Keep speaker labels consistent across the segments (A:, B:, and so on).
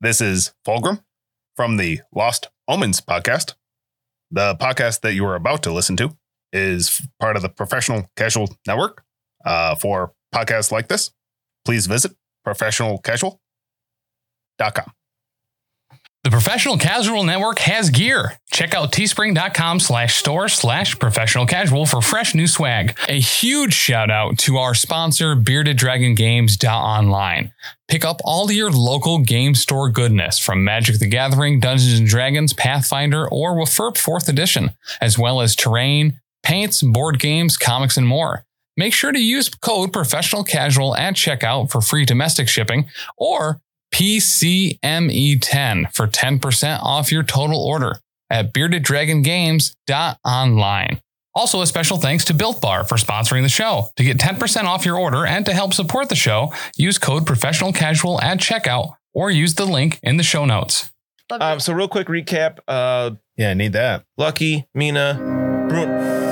A: This is Fulgrim from the Lost Omens podcast. The podcast that you are about to listen to is part of the Professional Casual Network. Uh, for podcasts like this, please visit professionalcasual.com.
B: The Professional Casual Network has gear. Check out teespring.com slash store slash professional casual for fresh new swag. A huge shout out to our sponsor, Bearded Dragon Games.online. Pick up all your local game store goodness from Magic the Gathering, Dungeons and Dragons, Pathfinder, or Wafurp 4th Edition, as well as terrain, paints, board games, comics, and more. Make sure to use code professional casual at checkout for free domestic shipping or PCME10 E for 10% off your total order at beardeddragongames.online. Also, a special thanks to Built Bar for sponsoring the show. To get 10% off your order and to help support the show, use code professional casual at checkout or use the link in the show notes.
C: Love
D: Um, so real quick recap. Uh,
E: Yeah, I need that.
D: Lucky, Mina, Bruin.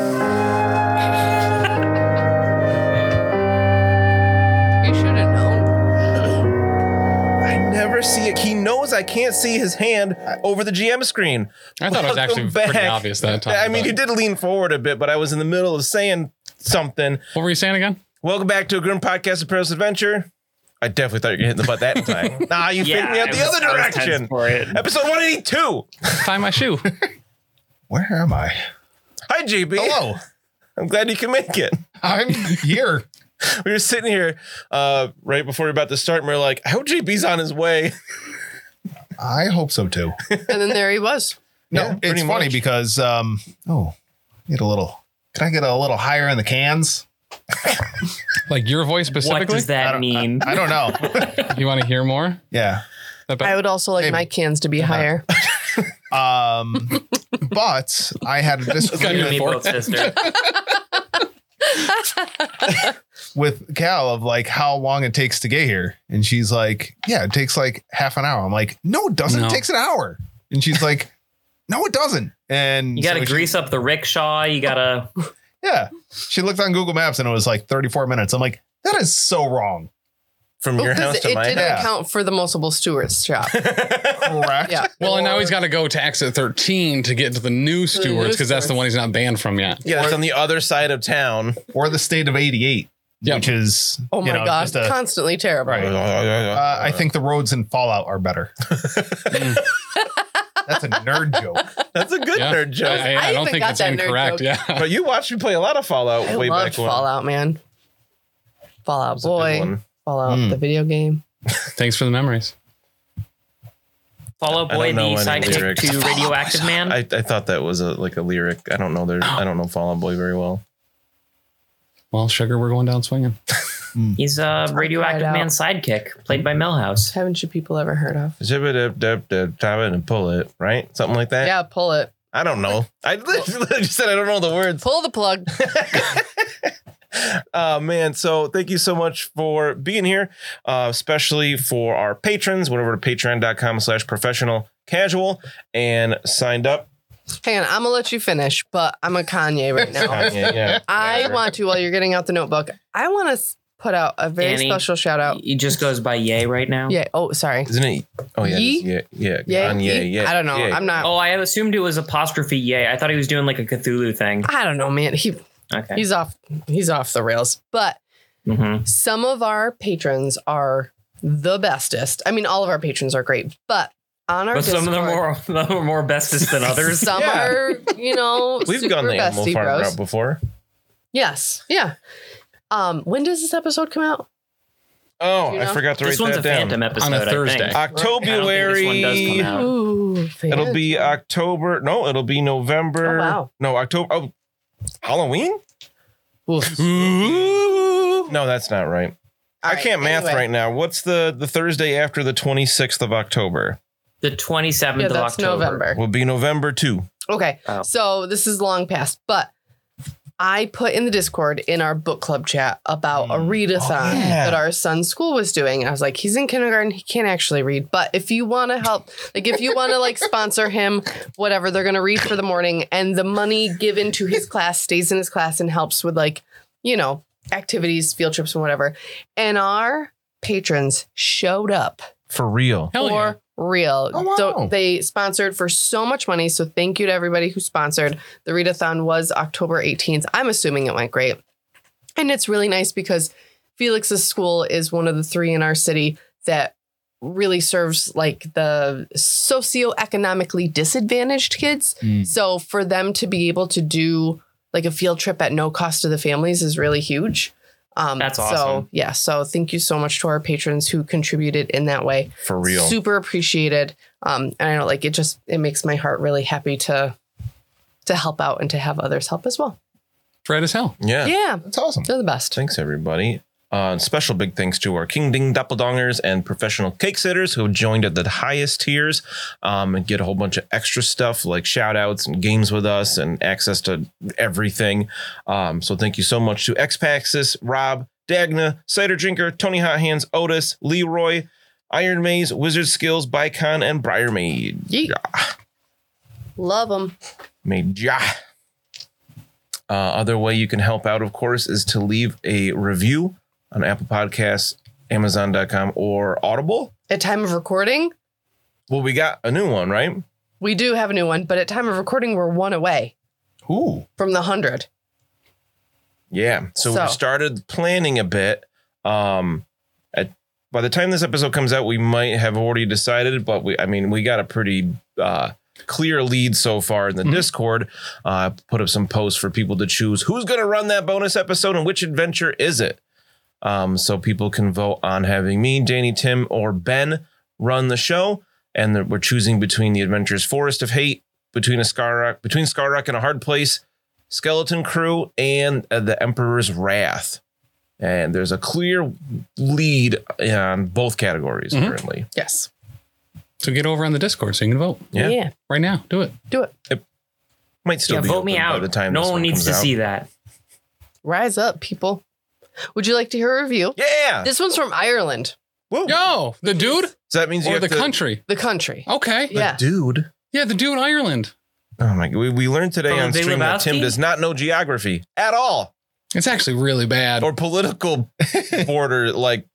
C: it. You should have known.
D: I never see it. He knows I can't see his hand over the GM screen.
B: I thought it was
D: Welcome
B: actually pretty
D: back.
B: obvious that time.
D: I mean,
B: but-
D: he did lean forward a bit, but I was in the middle of saying something.
B: what were you saying again?
D: Welcome back to a Grim Podcast of Perilous Adventure. I definitely thought you were hitting the butt that time. nah, you picked me up
F: it
D: the
F: was-
D: other
F: I was tense
D: direction.
F: For it.
D: Episode 182.
B: Find my shoe.
E: Where am I?
D: Hi, JB.
E: Hello.
D: I'm glad you can make it.
E: I'm here.
D: We were sitting here uh, right before we were about to start, and we are like, I hope JB's on his way.
E: I hope so too.
C: And then there he was.
E: No,
D: Yeah,
E: it's
D: pretty
E: funny
D: much.
E: because um oh, get a little. Can I get a little higher in the cans?
B: Like your voice
F: What
B: specifically?
F: does that mean?
E: I don't know.
B: You want to hear more?
E: yeah.
C: I would also like
E: Hey.
C: my cans to
D: uh,
C: be higher.
E: Um but I had a
B: your
F: you and
E: disagreement
F: me
B: fork.
F: both, sister.
E: with Cal of like how long it takes to get here. And she's like, Yeah, it takes like half an hour. I'm like, No, it doesn't.
B: No.
E: It takes an hour. And she's like, No, it doesn't. And
F: You got to
E: so she-
F: grease up the rickshaw. You got to.
E: Yeah. She looked on Google Maps and it was like 34 minutes. I'm like, that is so wrong.
D: From
C: Well,
D: your
C: 'cause
D: house
C: Oh, it
D: to my
C: didn't
D: house.
E: house.
C: count for the multiple stewards shop.
E: Correct.
C: Yeah.
B: Well, and now he's
C: Or-
B: got to go to exit 13 to get to the new stewards because that's the
C: stewards.
B: one he's not banned from yet.
D: Yeah, it's on the other side of town.
E: Or the state of 88,
B: Yep.
E: which is,
C: Oh
E: you
C: my
E: know,
C: god,
E: just a-
C: constantly terrible.
E: Right. uh, I think the roads in Fallout are better.
B: Mm.
E: That's a nerd joke.
D: that's a good
B: Yeah.
D: nerd joke.
B: I, I- I
C: I
B: don't
C: even
B: think
C: got
B: it's
C: that nerd
B: incorrect.
C: joke.
B: Yeah.
D: but you watched me play a lot of Fallout
C: I
D: way
C: loved
D: back when.
C: Fallout, man. Fallout
D: That was a good
C: Boy,
D: one. Hmm.
C: Fallout
E: Mm.
C: the video game.
B: Thanks for the memories.
F: Follow
D: I don't
F: boy
D: know
F: the
D: any
F: sidekick
D: lyrics.
F: to radioactive man.
D: I, I thought that was a like a lyric. I don't know their I don't know Fallout Boy very well.
B: Well, Sugar, we're going down swinging.
F: He's a radioactive
C: Right out.
F: man sidekick played by Melhouse.
C: Haven't you people ever heard of?
D: Zip it up, dip, dip, time it and pull it, right? Something like that.
C: Yeah, pull it.
D: I don't know. I literally just said I don't know the words.
C: Pull the plug.
D: Uh, man, so thank you so much for being here, uh, especially for our patrons. Went over to patreon.com slash professional casual and signed up.
C: Hang on, I'm gonna let you finish, but I'm a Kanye right now.
D: Uh, yeah, yeah.
C: I want to, while you're getting out the notebook, I want to put out a very
F: Danny.
C: special shout out.
F: He just goes by Yay right now.
C: Yeah. Oh, sorry.
D: Isn't it? Oh yeah, it is. yeah, yeah,
C: Yay?
D: on yeah, yeah.
C: I don't know.
D: yeah.
C: I'm not.
F: Oh, I assumed it was apostrophe Yay. I thought he was doing like a Cthulhu thing.
C: I don't know, man. He
F: Okay.
C: he's off. He's off the rails. But
F: Mhm.
C: some of our patrons are the bestest. I mean, all of our patrons are great, but on our
F: But some of them
C: Discord,
F: are more, them are more bestest than others.
C: Some
D: Yeah.
C: are, you know,
D: We've gone the animal
C: bestie
D: farm
C: bros.
D: route before.
C: Yes. Yeah. Um, when does this episode come out?
D: Oh,
C: You
D: I
C: know?
D: forgot to write
F: This one's a
D: that down.
F: phantom episode.
B: On a
F: I think.
B: Thursday.
F: I don't think this one does come
D: October.
F: out.
C: Ooh,
D: It'll be uh,
C: fantastic.
D: October. No, it'll be November.
C: Oh, wow.
D: No, October. Oh, Halloween?
C: Oof.
D: No, that's not right.
C: All
D: I
C: right,
D: can't math
C: anyway.
D: right now. What's the the Thursday after the 26th of October?
F: The 27th
C: Yeah,
F: of
C: that's
F: October.
C: November.
D: Will be November 2.
C: Okay.
F: Oh.
C: So this is long past, but I put in the Discord in our book club chat about a readathon
D: Oh, yeah.
C: that our son's school was doing. And I was like, he's in kindergarten, he can't actually read, but if you want to help, like if you want to like sponsor him, whatever, they're going to read for the morning and the money given to his class stays in his class and helps with like, you know, activities, field trips and whatever. And our patrons showed up
D: For real.
B: Hell
C: for real.
E: Oh, wow.
C: So they sponsored for so much money. So thank you to everybody who sponsored. The readathon was October 18th. I'm assuming it went great. And it's really nice because Felix's school is one of the three in our city that really serves like the socioeconomically disadvantaged kids.
E: Mm.
C: So for them to be able to do like a field trip at no cost to the families is really huge. Um,
F: That's
C: So
F: awesome.
C: yeah, so thank you so much to our patrons who contributed in that way.
D: For real.
C: Super appreciated. Um, and I know like it just it makes my heart really happy to to help out and to have others help as well.
G: It's right as hell.
D: Yeah.
C: Yeah,
E: That's awesome.
C: they're the best.
D: Thanks, everybody. Uh, and special big thanks to our King Ding Doppeldongers and professional cake sitters who joined at the highest tiers um, and get a whole bunch of extra stuff like shout outs and games with us and access to everything. Um, so thank you so much to Xpaxis, Rob, Dagna, Cider Drinker, Tony Hot Hands, Otis, Leroy, Iron Maze, Wizard Skills, Bicon, and Briar Maid.
C: Yeet. Love them.
D: Major. Uh, other way you can help out, of course, is to leave a review on Apple Podcasts, Amazon.com, or Audible.
C: At time of recording,
D: Well, we got a new one, right?
C: we do have a new one, but at time of recording, we're one away
E: Ooh.
C: from the hundred.
D: Yeah. So,
C: So-
D: we started planning a bit. Um, at, by the time this episode comes out, we might have already decided, but we, I mean, we got a pretty uh, clear lead so far in the
G: Mhm.
D: Discord. Uh, put up some posts for people to choose who's going to run that bonus episode and which adventure is it. Um, so people can vote on having me, Danny, Tim, or Ben run the show, and that we're choosing between the adventures Forest of Hate, between a Scarrock, between Scarrock and a Hard Place, Skeleton Crew, and uh, the Emperor's Wrath. And there's a clear lead on both categories
G: Mhm.
D: currently.
C: Yes.
G: So get over on the Discord so you can vote
D: Yeah.
G: right now. Do it.
C: Do it.
D: Might still
F: yeah,
D: be
F: vote me
D: open
F: out.
D: by the time
F: no
D: this
F: one, needs
D: comes
F: to
D: out.
F: see that.
C: Rise up, people. Would you like to hear a review?
D: Yeah.
C: This one's from Ireland,
D: Woo. So
G: Yo, the dude
D: that means
G: or
D: you have
G: the
D: to,
G: country?
C: the country.
D: Oh,
G: Okay.
C: yeah.
D: dude.
G: Yeah, the dude in Ireland.
D: Oh my god. We, we learned today
F: From
D: on
F: the Big
D: stream that Tim
F: Lebowski?
D: does not know geography at all.
G: It's actually really bad.
D: Or political border, like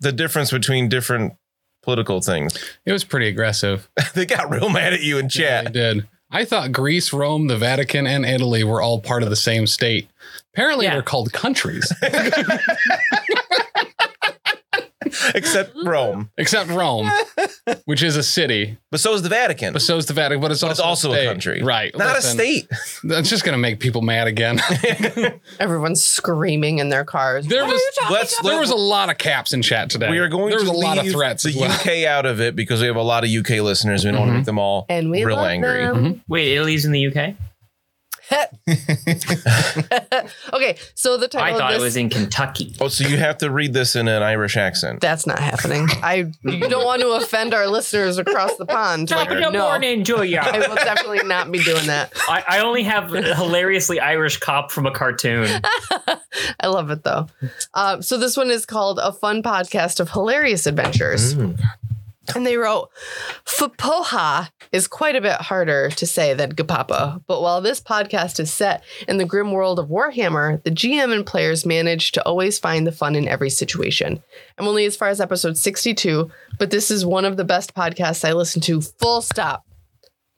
D: the difference between different political things.
G: It was pretty aggressive.
D: they got real mad at you in
G: Yeah,
D: chat.
G: they did. I thought Greece, Rome, the Vatican, and Italy were all part of the same state. Apparently,
F: Yeah.
G: they're called countries,
D: except Rome.
G: except Rome, which is a city.
D: But so is the Vatican.
G: But so is the Vatican, but it's
D: But it's
G: also,
D: also a
G: state.
D: country.
G: right?
D: Not
G: Listen,
D: a state.
G: That's just gonna make people mad again.
C: Everyone's screaming in their cars.
G: There was
D: Let's
G: there was a lot of caps in chat today.
D: we are going
G: There was
D: to
G: a lot of
D: leave
G: threats.
D: the
G: as well.
D: UK out of it because we have a lot of UK listeners. We don't want to
G: Mhm.
D: make them all
C: and we
D: real
C: love
D: angry. Mm-hmm.
C: them.
F: Wait, Italy's in the UK?
C: okay, so the
F: I
C: title of
F: thought it
C: this
F: was in Kentucky.
D: Oh, so you have to read this in an Irish accent.
C: that's not happening. I you don't want to offend our listeners across the pond. Like,
F: Good
C: no,
F: morning,
C: I
F: Julia.
C: will definitely not be doing that.
F: I, I only have a hilariously Irish cop from a cartoon.
C: I love it though. Uh, so this one is called "A Fun Podcast of Hilarious Adventures," and they wrote, "Fapoha is quite a bit harder to say than Gapapa, but while this podcast is set in the grim world of Warhammer, the GM and players manage to always find the fun in every situation. I'm only as far as episode 62, but this is one of the best podcasts I listen to. Full stop.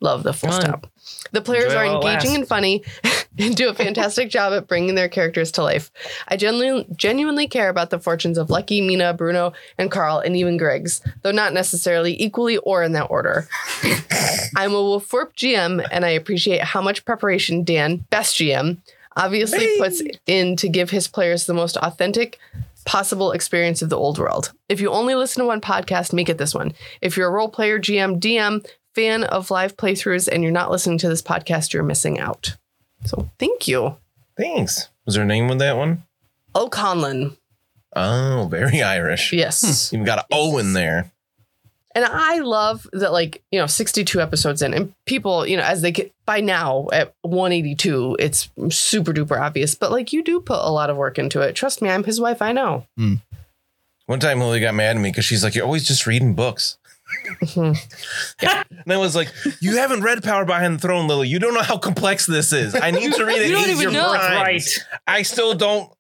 C: Love the full
F: Fun.
C: stop. The players
F: Enjoy
C: are
F: while it
C: engaging
F: lasts.
C: and funny." and do a fantastic job at bringing their characters to life. I genuinely, genuinely care about the fortunes of Lucky, Mina, Bruno, and Carl, and even Griggs, though not necessarily equally or in that order. I'm a Wolfwarp GM, and I appreciate how much preparation Dan, best GM, obviously puts in to give his players the most authentic possible experience of the old world. If you only listen to one podcast, make it this one. If you're a role player, GM, DM, fan of live playthroughs, and you're not listening to this podcast, you're missing out. So thank you.
D: Thanks. Was there a name with that one?
C: O'Conlon.
D: Oh, very Irish.
C: Yes.
D: You've got an O in there.
C: And I love that, like, you know, 62 episodes in, and people, you know, as they get by now at 182, it's super duper obvious, but like, you do put a lot of work into it. Trust me, I'm his wife. I know.
D: One time Lily got mad at me because she's like, You're always just reading books.
C: Mhm.
D: And I was like, You haven't read Power Behind the Throne, Lily. You don't know how complex this is. I need to read it.
C: You don't
D: ease
C: even
D: your
C: know.
D: mind."
F: Right.
D: I still don't.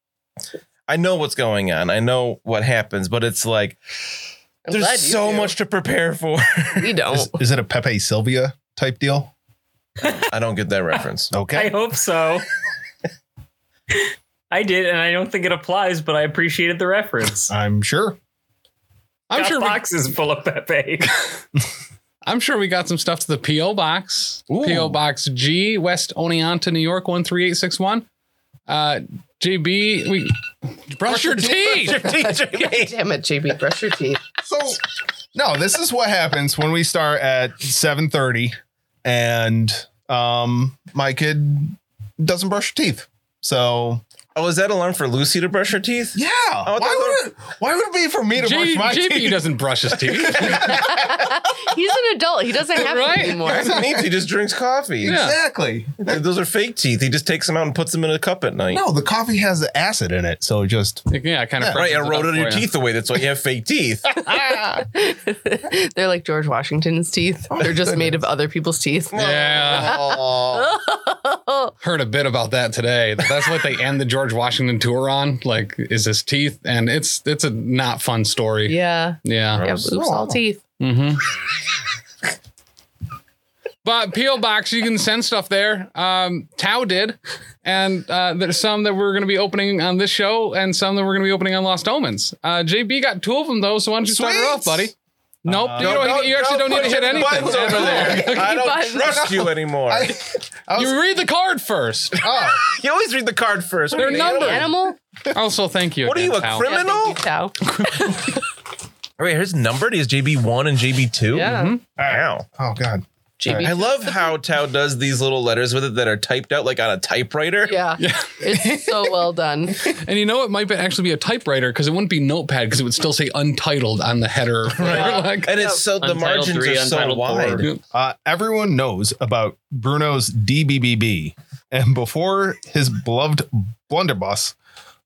D: I know what's going on. I know what happens, but it's like
C: I'm glad you
D: There's so
C: do.
D: much to prepare for.
C: We don't.
A: Is, is it a Pepe Sylvia type deal?
D: I don't get that reference.
A: Okay.
F: I hope so. I did, and I don't think it applies, but I appreciated the reference.
A: I'm sure.
B: I'm
F: Got
B: sure. We,
F: boxes full of Pepe.
B: I'm sure we got some stuff to the PO box.
A: Ooh.
B: PO box G West Oneonta, New York one three eight six one. Uh, JB, we brush your teeth.
C: Damn it, JB, brush your teeth.
A: So no, this is what happens when we start at 7:30 and um my kid doesn't brush her teeth. So
D: Oh, is that alarm for Lucy to brush her teeth?
A: yeah,
D: I
A: why
D: thought-
A: would it why would it be for me to
B: J-
A: brush my
B: JB
A: teeth?
B: doesn't brush his teeth.
C: He's an adult. He doesn't have
B: Right?
C: it anymore.
D: He doesn't need to, He just drinks coffee.
B: Yeah.
A: Exactly.
D: Those are fake teeth. He just takes them out and puts them in a cup at night.
A: No, the coffee has the acid in it, so it just
B: yeah, kind of.
D: Right, it eroded your teeth away. That's why you have fake teeth.
C: They're like George Washington's teeth.
B: Oh,
C: They're just made of other people's teeth.
B: Yeah.
A: oh,
B: heard a bit about that today. that That's what they end the George Washington tour on. Like, is his teeth? And it's it's a not fun story.
C: Yeah.
B: Yeah.
C: Yeah, oops, all teeth.
B: hmm but PO box, you can send stuff there. Um, Tao did, and uh, there's some that we're going to be opening on this show, and some that we're going to be opening on Lost Omens. Uh, JB got two of them though, so why don't you start it
A: Sweet.
B: off, buddy? Nope, you,
D: Uh, Don't-
B: don't, you actually don't, need to hit
D: put your
B: anything.
D: buttons over
B: Over
D: there.
B: there.
D: I don't
C: Buttons.
D: trust you anymore.
A: I- I was-
B: You read the card first.
A: oh.
D: you always read the card first.
B: They're
D: What are you, an
B: numbered.
D: animal?
C: Animal?
B: Oh, Also, thank you.
D: What are
B: again,
D: you, a
B: Tao.
D: crim-
C: Yeah,
D: Criminal?
C: thank you, Tao.
D: All right, here's numbered. He has JB one and JB two.
C: Yeah.
B: mm-hmm.
D: Wow.
A: oh god.
C: JB.
D: I love how Tao does these little letters with it that are typed out like on a typewriter.
C: Yeah. It's so well done.
B: And you know, it might be, actually be a typewriter because it wouldn't be notepad because it would still say untitled on the header. Like,
D: And it's so the
F: Untitled
D: margins
F: three,
D: are so
F: untitled four.
D: wide.
A: Uh, everyone knows about Bruno's DBBB and before his beloved blunderbuss,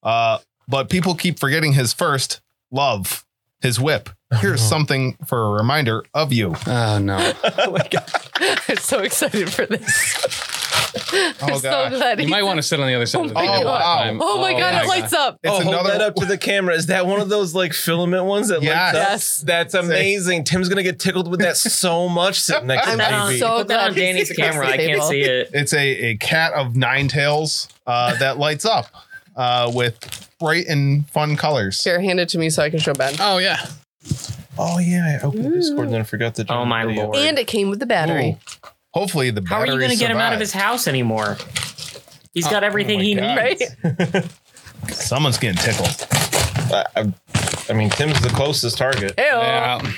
A: uh, but people keep forgetting his first love, his whip. Here's something for a reminder of you.
B: oh, no.
C: I'm so excited for this. I'm
A: Oh,
C: so
A: gosh.
C: glad
B: You
C: he-
B: might want to sit on the other side of the
C: Oh,
B: table.
A: my
B: that
A: God.
B: time.
C: Oh my god, it lights up.
A: It's
D: oh, hold
A: another-
D: that up to the camera. Is that one of those like filament ones that
A: Yes.
D: lights up?
C: Yes.
D: That's amazing. Tim's gonna get tickled with that so much sitting next to
C: I'm
D: JB.
C: so
F: Put that
C: glad
F: on Danny's
C: he's across
F: camera.
C: the
F: I can't
C: table.
F: see it.
A: It's a, a cat of nine tails uh, that lights up uh, with bright and fun colors.
C: Here, hand it to me so I can show Ben.
B: Oh, yeah.
D: oh yeah, I opened Discord and then I forgot to.
F: Oh, my lord.
C: And it came with the battery.
A: Ooh. Hopefully the
F: How are you
A: battery
F: going to get him out of
A: survived.
F: his house anymore? He's got everything he
A: God.
F: needs.
C: Right?
A: Someone's getting tickled.
D: I, I, I mean, Tim's the closest target.
C: Ew.
B: Oh. Yeah.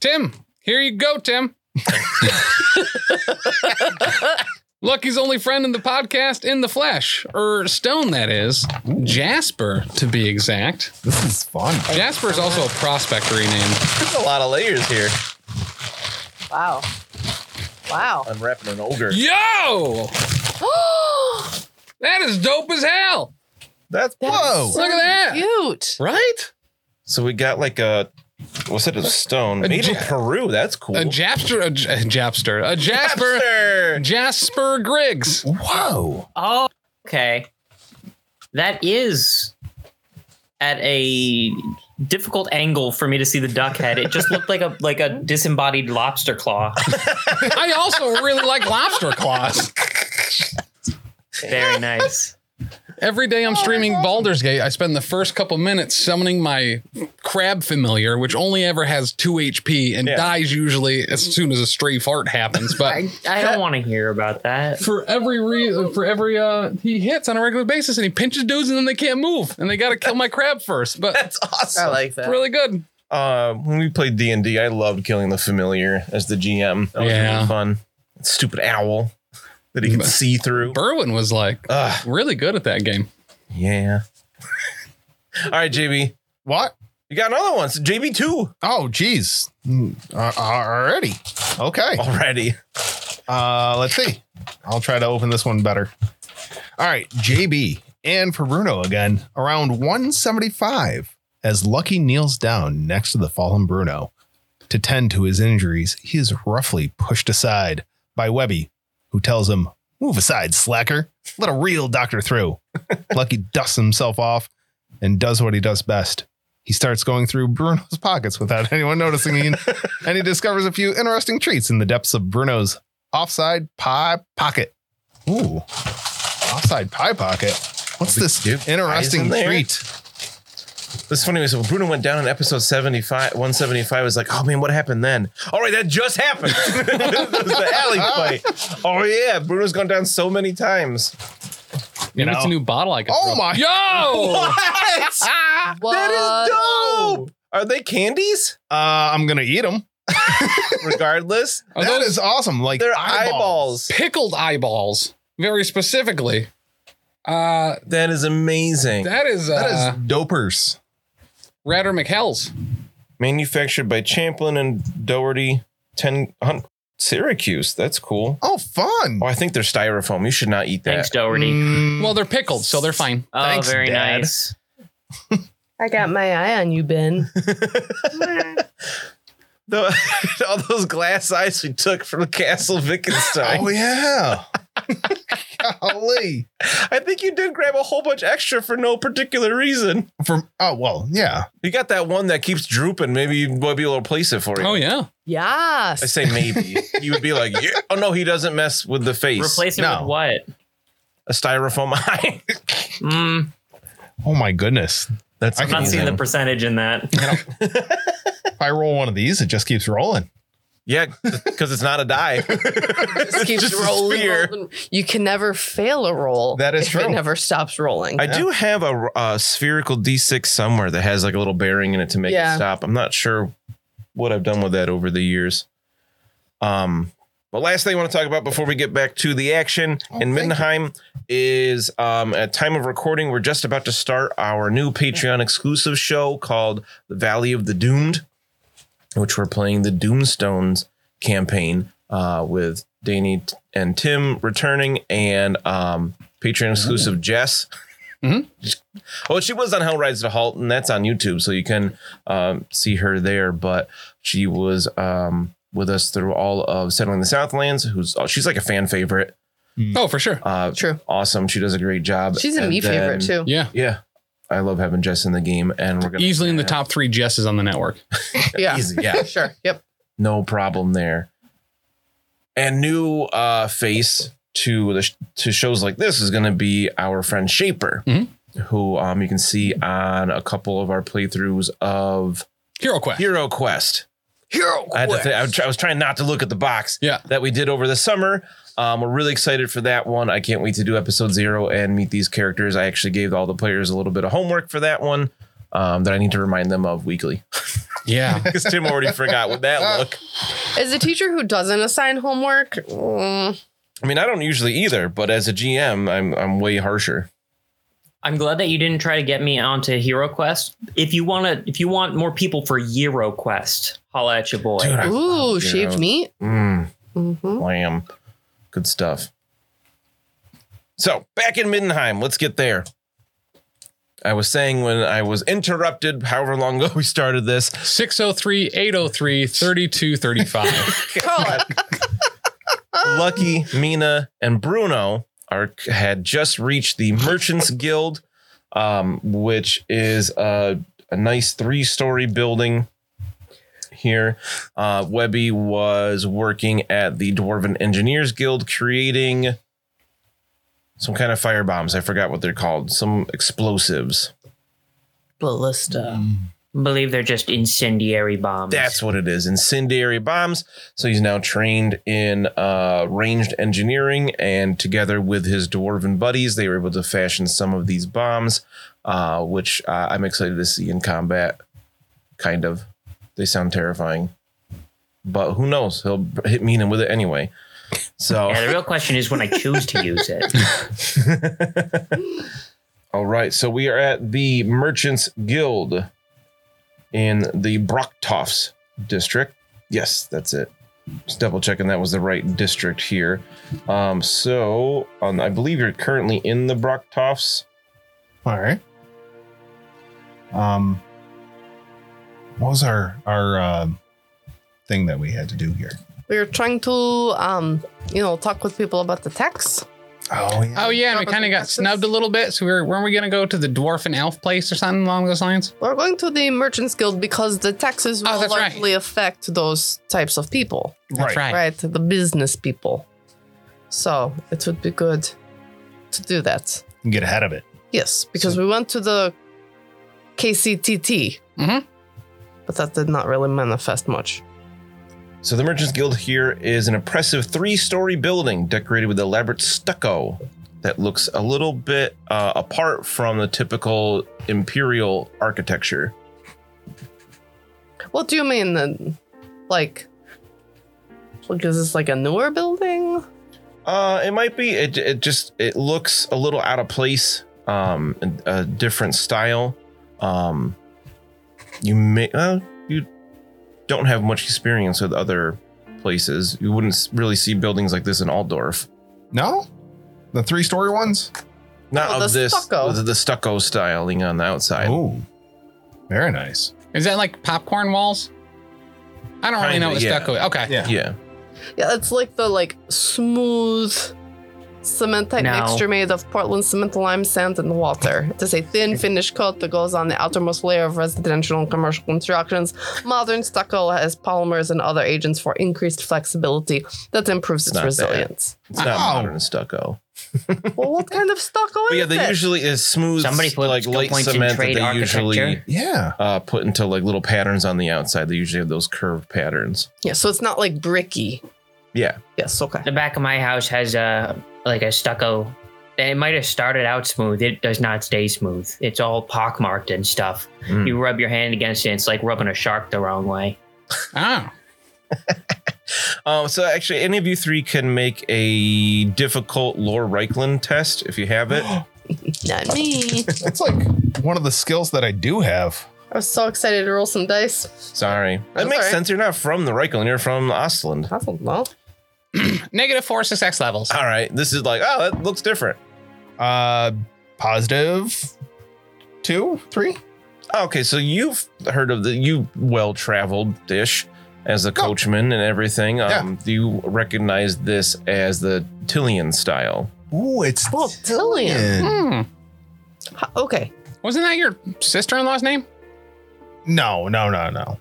B: Tim, here you go, Tim. Lucky's only friend in the podcast in the flesh, or Stone, that is. Jasper, to be exact.
A: This is fun.
B: Jasper is also a prospect rename.
D: There's a lot of layers here.
C: Wow. Wow.
D: Unwrapping an ogre.
B: Yo! That is dope as hell.
D: That's
A: Whoa.
B: Look at that.
C: Cute.
B: Right?
D: so we got like a what's it? A stone made in
B: ja-
D: Peru. That's cool.
B: A Japster, a, J- a Japster, a Jasper,
D: Jasper.
B: Jasper Griggs.
A: Whoa.
F: Oh, okay. That is at a difficult angle for me to see the duck head. It just looked like a like a disembodied lobster claw.
B: I also really like lobster claws.
F: Very nice.
B: Every day I'm streaming Baldur's Gate, I spend the first couple minutes summoning my crab familiar, which only ever has two HP and
D: Yeah.
B: dies usually as soon as a stray fart happens. But
F: I don't want to hear about that.
B: for every re- for every uh, he hits on a regular basis and he pinches dudes and then they can't move and they got to kill my crab first. But
D: That's awesome.
C: I like that.
B: really good.
D: uh, when we played D and I loved killing the familiar as the GM. That was
B: Yeah.
D: really fun. Stupid owl that he could see through.
B: Berwin was like
D: Ugh,
B: really good at that game.
D: yeah. All right, JB,
A: What?
D: you got another one. So JB two
A: Oh, geez. Mm, uh, already. Okay.
D: already.
A: Uh, let's see. I'll try to open this one better. All right, JB and for Bruno again, around 175. As Lucky kneels down next to the fallen Bruno to tend to his injuries, he is roughly pushed aside by Webby, who tells him, "Move aside, slacker. Let a real doctor through." Lucky dusts himself off and does what he does best.
E: He starts going through Bruno's pockets without anyone noticing, and and he discovers a few interesting treats in the depths of Bruno's offside pie pocket. Ooh, offside pie pocket. What's this
D: give
E: interesting
D: eyes in there?
E: treat?
D: That's funny. So Bruno went down in episode 75, 175. was like, oh man, what happened then? All right, that just happened. It was the alley fight. Oh yeah, Bruno's gone down so many times.
G: Maybe
A: know.
G: it's a new bottle I got.
E: Oh my!
G: Yo!
D: That is
C: What?
D: dope. Are they candies?
E: Uh, I'm gonna eat them.
D: Regardless,
G: Are
E: that
G: those
E: is awesome. Like
D: they're
E: eyeballs.
D: eyeballs.
G: pickled eyeballs, very specifically. Uh,
D: That is amazing.
G: that is uh,
E: That is dopers.
G: Ratter McHell's.
D: Manufactured by Champlin and Doherty, 10 hun- Syracuse. That's cool.
E: Oh, fun!
D: Oh, I think they're styrofoam. You should not eat that.
F: Thanks, Doherty.
E: Mm,
G: Well, they're pickled, so they're fine.
F: oh,
E: thanks,
F: very
E: Dad.
F: nice.
C: I got my eye on you, Ben.
D: The- all those glass eyes we took from Castle Wittgenstein.
E: oh yeah. Golly.
D: I think you did grab a whole bunch extra for no particular reason.
E: From oh well, yeah.
D: You got that one that keeps drooping. Maybe you might be able to replace it for you.
G: Oh yeah,
D: I
C: Yes.
D: say maybe. you would be like, yeah. oh no, he doesn't mess with the face.
F: Replace it
E: No.
F: with what?
D: a styrofoam eye.
F: Mm,
E: Oh my goodness.
D: That's
E: I
F: I'm not seeing the percentage in that.
E: If I roll one of these, it just keeps rolling.
D: yeah, because it's not a die.
C: Just keeps
D: Just a
C: rolling,
D: sphere.
C: rolling. You can never fail a roll.
E: That is
C: if
E: true.
C: It never stops rolling.
D: I do have a, uh spherical D6 somewhere that has like a little bearing in it to make
C: Yeah.
D: it stop. I'm not sure what I've done with that over the years. Um, but last thing I want to talk about before we get back to the action in
E: Oh, thank you.
D: Mindenheim is um, at time of recording, we're just about to start our new Patreon exclusive show called The Valley of the Doomed, which we're playing the Doomstones campaign uh, with Danny t- and Tim returning and um, Patreon exclusive
E: Mm.
D: Jess.
G: Mhm.
E: Mm-hmm.
D: Oh, she was on Hell Rides to Halt, and that's on YouTube, so you can um, see her there. But she was um, with us through all of Settling the Southlands. Who's oh, she's like a fan favorite.
G: oh for sure.
D: Uh,
C: True.
D: awesome. She does a great job.
C: She's a
D: And
C: me
D: then-
C: favorite too.
G: Yeah,
D: Yeah, I love having Jess in the game, and we're gonna
G: easily in the top three Jesses on the network.
C: Yeah.
D: Easy, yeah,
C: Sure. Yep.
D: no problem there. And new uh, face to the sh- to shows like this is going to be our friend Shaper,
G: Mhm.
D: who um, you can see on a couple of our playthroughs of
G: Hero Quest.
D: Hero Quest.
E: Hero
D: I, had to thi- I was try- I was trying not to look at the box
G: Yeah.
D: that we did over the summer. Um, we're really excited for that one. I can't wait to do episode zero and meet these characters. I actually gave all the players a little bit of homework for that one um, that I need to remind them of weekly
G: Yeah.
D: because Tim already forgot what that look.
C: As a teacher who doesn't assign homework, mm,
D: I mean, I don't usually either, but as a GM, I'm I'm way harsher.
F: I'm glad that you didn't try to get me onto Hero Quest. If you want to, if you want more people for Euro Quest, holla at your boy.
D: I-
C: ooh,
D: you
C: shaved
D: know,
C: meat.
D: Mm.
C: hmm
D: Lamb. Good stuff. So back in Middenheim, let's get there. I was saying when I was interrupted, however long ago we started this.
G: 603 803 3235.
D: Lucky, Mina, and Bruno are had just reached the Merchants Guild, um, which is a, a nice three-story building here. Uh, Webby was working at the Dwarven Engineers Guild, creating some kind of fire bombs. I forgot what they're called. Some explosives.
F: Ballista. Believe they're just incendiary bombs.
D: That's what it is. Incendiary bombs. So he's now trained in uh, ranged engineering, and together with his dwarven buddies, they were able to fashion some of these bombs, uh, which uh, I'm excited to see in combat. Kind of, they sound terrifying, but who knows? He'll hit Mina with it anyway. So
F: yeah. The real question is when I choose to use it.
D: All right, so we are at the Merchants Guild in the Brocktoffs district. Yes, that's it. Just double checking that was the right district here. Um, so um, I believe you're currently in the Brocktoffs.
E: All right. Um, what was our our um thing that we had to do here?
C: We were trying to, um, you know, talk with people about the tax.
E: Oh yeah.
G: Oh yeah, and we kind of got snubbed a little bit. So we were weren't we gonna go to the dwarf and elf place or something along those lines?
C: We're going to the Merchants Guild because the taxes
G: Oh,
C: will
G: that's right.
C: largely affect those types of people,
G: That's right.
C: right? The business people. So it would be good to do that.
E: You Get ahead of it.
C: Yes, because we went to the KCTT,
G: Mhm.
C: but that did not really manifest much.
D: So the Merchants Guild here is an impressive three-story building decorated with elaborate stucco that looks a little bit uh, apart from the typical imperial architecture.
C: What do you mean? Then? Like, like is this like a newer building?
D: Uh, it might be. It, it just it looks a little out of place. Um, and a different style. Um, you may uh, you don't have much experience with other places. You wouldn't s- really see buildings like this in Altdorf.
E: No? The three story ones?
D: Not
C: Oh,
D: of
C: the
D: this
C: stucco.
D: The, the stucco styling on the outside.
E: Oh. Very nice.
G: Is that like popcorn walls? I don't really
D: Kinda,
G: know what
D: yeah.
G: stucco. is. Okay.
E: Yeah.
D: Yeah.
C: Yeah, it's like the like smooth cement type
F: No.
C: mixture made of Portland cement, lime, sand, and water. It is a thin finished coat that goes on the outermost layer of residential and commercial constructions. Modern stucco has polymers and other agents for increased flexibility that improves its,
D: not bad.
C: resilience.
D: It's not
E: Wow.
D: modern stucco.
C: well, what kind of stucco
D: But
C: is
D: yeah, they
C: it?
D: usually is smooth
F: Somebody put
D: like
F: skill
D: light
F: points in
D: cement that
F: trade
D: they
F: architecture.
D: usually
E: Yeah.
D: uh, put into like little patterns on the outside. They usually have those curved patterns.
C: yeah, so it's not like bricky.
D: Yeah.
C: Yes, okay.
F: The back of my house has a like a stucco. It might have started out smooth. It does not stay smooth. It's all pockmarked and stuff.
D: Mm.
F: You rub your hand against it, it's like rubbing a shark the wrong way.
G: Oh.
D: Um, so actually, any of you three can make a difficult lore Reichland test if you have it.
C: Not me.
E: That's like one of the skills that I do have.
C: I was so excited to roll some dice.
D: Sorry, that
C: That's
D: makes
C: all right.
D: sense. You're not from the Reichland; you're from Ostland.
C: I don't know.
G: Negative four success levels.
D: All right, this is like, oh, that looks different.
E: Uh positive two, three?
D: Okay, so you've heard of the you well traveled dish as a coachman and everything. Um, You recognize this as the Tillian style.
E: Ooh, it's
C: Oh, Tillian.
G: Hmm.
C: Ha- Okay.
G: Wasn't that your sister-in-law's name?
E: No, no, no, no.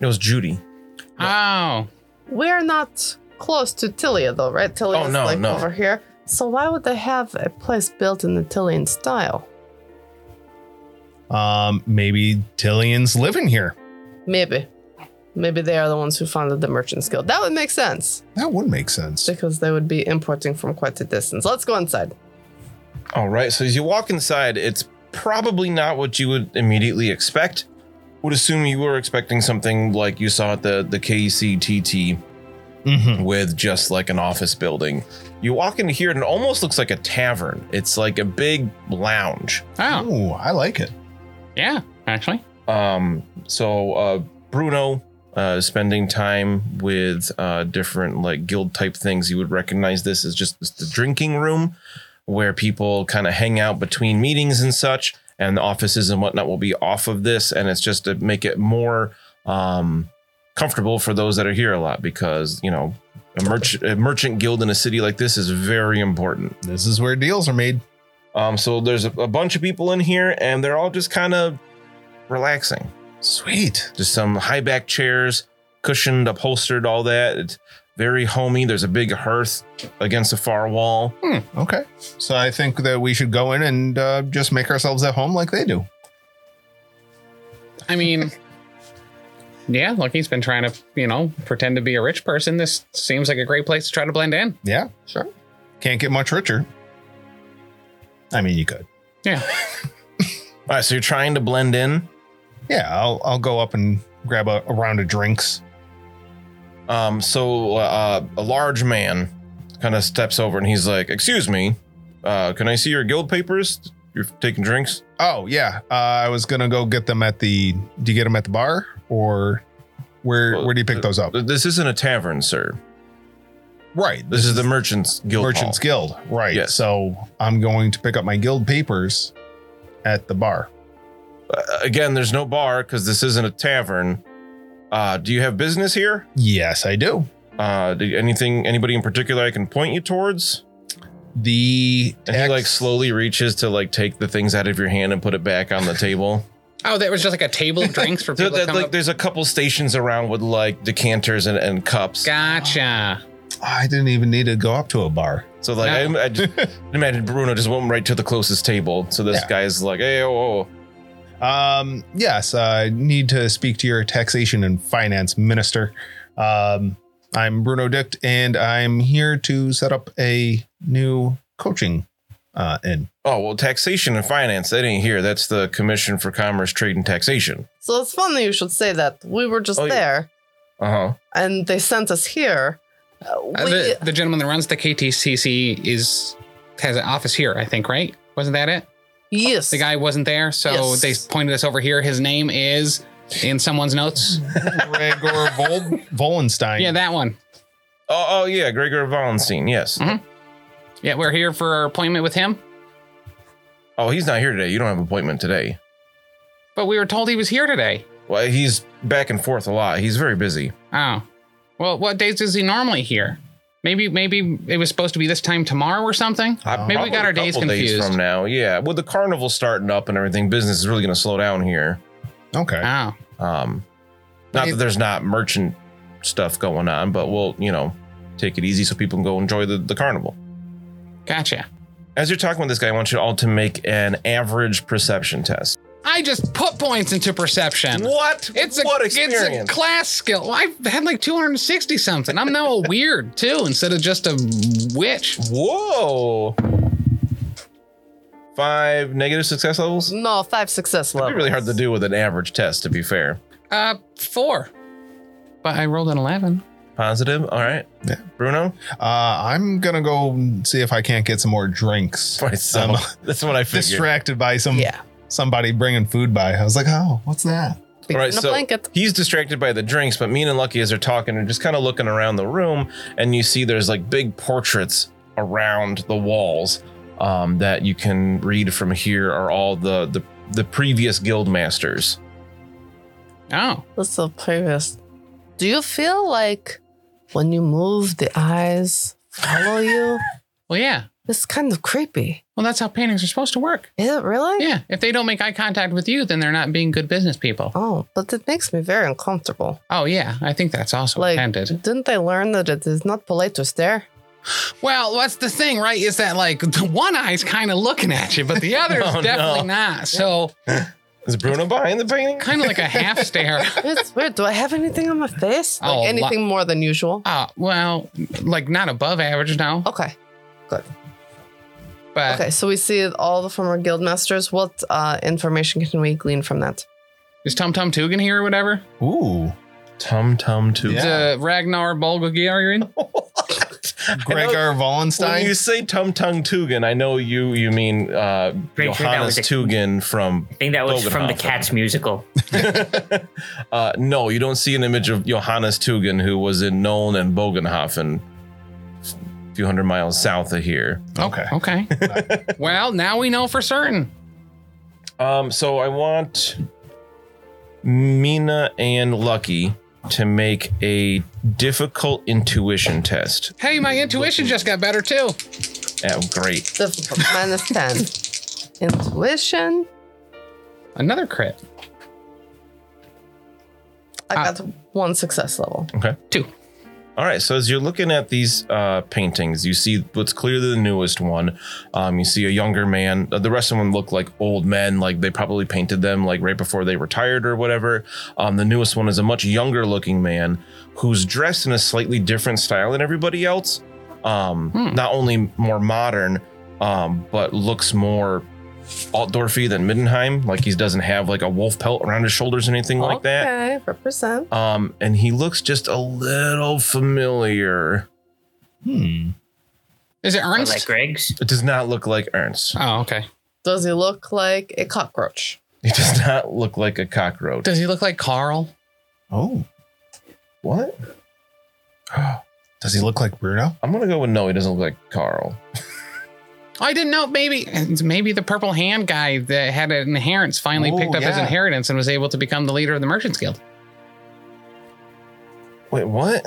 D: It was Judy.
G: Oh.
C: We're not close to Tilia though, right? Tilia's
D: Oh, no,
C: like
D: no.
C: over here. So why would they have a place built in the Tilian style?
E: Um, maybe Tillian's living here.
C: Maybe. Maybe they are the ones who founded the Merchants Guild. That would make sense
E: That would make sense.
C: because they would be importing from quite a distance. Let's go inside.
D: All right, so as you walk inside, it's probably not what you would immediately expect. Would assume you were expecting something like you saw at the the KCTT
E: Mm-hmm.
D: with just like an office building. You walk into here and it almost looks like a tavern. It's like a big lounge.
G: Oh.
E: Ooh, I like it.
G: Yeah. Actually.
D: Um, so uh, Bruno uh, is spending time with uh, different like guild type things. You would recognize this as just the drinking room where people kind of hang out between meetings and such, and the offices and whatnot will be off of this, and it's just to make it more um, comfortable for those that are here a lot because you know. A, merch- a merchant guild in a city like this is very important.
E: This is where deals are made.
D: Um, so there's a, a bunch of people in here, and they're all just kind of relaxing
E: Sweet.
D: just some high back chairs, cushioned, upholstered, all that. It's very homey. There's a big hearth against the far wall.
E: Okay. So I think that we should go in and uh, just make ourselves at home like they do.
G: I mean. Yeah, look, he's been trying to, you know, pretend to be a rich person. This seems like a great place to try to blend in.
E: Yeah, sure. Can't get much richer. I mean, you could.
G: Yeah.
D: All right, so you're trying to blend in.
E: Yeah, I'll I'll go up and grab a, a round of drinks.
D: Um, so uh, a large man kind of steps over and he's like, "Excuse me, uh, can I see your guild papers? You're taking drinks."
E: Oh yeah, uh, I was gonna go get them at the. Do you get them at the bar or where?
D: Well, uh,
E: Where do you pick those up?
D: This isn't a tavern, sir.
E: Right,
D: This is the merchants guild.
E: Merchants
D: hall.
E: Guild. Right.
D: Yes.
E: So I'm going to pick up my guild papers at the bar.
D: Uh, again, there's no bar because this isn't a tavern. Uh, do you have business here?
E: Yes, I do.
D: Uh, do- anything? Anybody in particular I can point you towards?
E: The
D: And he
E: tax-
D: like slowly reaches to like take the things out of your hand and put it back on the table.
B: Oh, there was just like a table of drinks for
D: So
B: people to
D: that,
B: come
D: like,
B: up.
D: there's a couple stations around with like decanters and, and cups.
B: Gotcha.
E: I didn't even need to go up to a bar.
D: So like I, I just imagine Bruno just went right to the closest table. So this
E: Yeah.
D: guy's like, hey, oh, oh.
E: Um, yes, I need to speak to your taxation and finance minister. Um, I'm Bruno Dict, and I'm here to set up a new coaching uh, in.
D: oh, well, taxation and finance. That ain't here. That's the Commission for Commerce, Trade, and Taxation.
C: So it's funny you should say that. We were just
D: Oh, yeah.
C: there,
D: Uh
B: Uh-huh.
D: huh.
C: and they sent us here. Uh,
B: Uh,
C: we,
B: the, the gentleman that runs the KTCC is has an office here, I think, right? Wasn't that it?
C: yes.
B: The guy wasn't there, so
C: Yes.
B: they pointed us over here. His name is in someone's notes.
E: Gregor Vol- Volenstein.
B: yeah, that one.
D: Oh, oh yeah, Gregor Valenstein. Yes.
B: Yeah, we're here for our appointment with him.
D: Oh, he's not here today. You don't have an appointment today.
B: But we were told he was here today.
D: Well, he's back and forth a lot. He's very busy.
B: Oh. Well, what days is he normally here? Maybe maybe it was supposed to be this time tomorrow or something.
D: I-
B: Maybe we got our
D: probably a
B: days
D: couple
B: confused.
D: from now. Yeah, with the carnival starting up and everything, business is really going to slow down here.
E: okay.
B: Oh.
D: Um, not that there's not merchant stuff going on, but we'll you know take it easy so people can go enjoy the, the carnival.
B: Gotcha.
D: As you're talking with this guy, I want you all to make an average perception test.
B: I just put points into perception.
D: What?
B: It's a,
D: what
B: it's
D: experience?
B: a class skill. Well, I've had like 260 something. I'm now a weird too, instead of just a witch.
D: Whoa! Five negative success levels. It'd
C: no, five success
D: be
C: levels.
D: really hard to do with an average test, to be fair.
B: Uh, four. But I rolled an 11.
D: Positive. All right.
E: Yeah.
D: Bruno.
E: Uh, I'm gonna go and see if I can't get some more drinks.
D: Myself.
E: Um,
D: That's what I figured.
E: Distracted by some
C: Yeah.
E: somebody bringing food by. I was like, oh, what's that?
C: All
D: right,
C: right,
D: so-
C: a blanket.
D: He's distracted by the drinks, but me and Lucky as they're talking and just kind of looking around the room, and you see there's like big portraits around the walls um, that you can read from here are all the the, the previous guild masters.
B: Oh.
C: That's the previous. Do you feel like when you move, the eyes follow you?
B: Well, yeah.
C: It's kind of creepy.
B: Well, that's how paintings are supposed to work.
C: Is it really?
B: Yeah. If they don't make eye contact with you, then they're not being good business people.
C: Oh, but it makes me very uncomfortable.
B: Oh, yeah. I think that's also
C: Like,
B: intended.
C: didn't they learn that it is not polite to stare?
B: Well, that's the thing, right? Is that like the one eye's kind of looking at you, but the other's
D: Oh, no.
B: definitely not. So
D: Is Bruno behind the painting?
B: kind of like a half stare.
C: It's weird. Do I have anything on my face? Like
B: Oh, lo-
C: anything more than usual?
B: Uh, well, like not above average now,
C: Okay.
B: but
C: Oh, Okay. So we see all the former guild masters. What uh, information can we glean from that?
B: is Tum Tum Tugan here or whatever?
E: Ooh,
D: Tum Tum Too.
E: Yeah.
B: The Ragnar Bolgogirin?
E: Gregor
D: When you
E: Volenstein.
D: say Tum Tum Tugan, I know you you mean uh,
F: Pretty sure that
D: Johannes
F: was a-
D: Tugan from
F: I think that was from the
D: Bogenhofer.
F: Cats musical.
D: uh, no, you don't see an image of Johannes Tugen, who was in Nuln and Bogenhofen, a few hundred miles south of here.
E: Okay.
B: Okay. well, now we know for certain.
D: Um, so I want Mina and Lucky to make a difficult intuition test.
B: Hey, my intuition just got better too.
D: Oh, great.
C: Difficult. Minus 10. Intuition.
B: Another crit.
C: I
B: Ah.
C: got one success level.
B: Two.
D: All right, so as you're looking at these uh, paintings, you see what's clearly the newest one. Um, you see a younger man. Uh, The rest of them look like old men, like they probably painted them like right before they retired or whatever. Um, the newest one is a much younger looking man who's dressed in a slightly different style than everybody else. Um,
B: Hmm.
D: Not only more modern, um, but looks more Altdorfy than Middenheim. Like he doesn't have like a wolf pelt around his shoulders or anything like that.
C: Okay. Represent.
D: Um, and he looks just a little familiar.
E: Hmm.
B: Is it
F: But like
B: Ernst?
F: Greg's.
D: It does not look like Ernst.
B: Oh, okay.
C: Does he look like a cockroach?
D: He does not look like a cockroach.
B: Does he look like Carl?
E: Oh,
D: what?
E: does he look like Bruno?
D: I'm gonna go with no. He doesn't look like Carl.
B: I didn't know. Maybe it's maybe the purple hand guy that had an inheritance finally
E: Oh,
B: picked up his
E: yeah.
B: inheritance and was able to become the leader of the Merchants Guild.
D: Wait, what?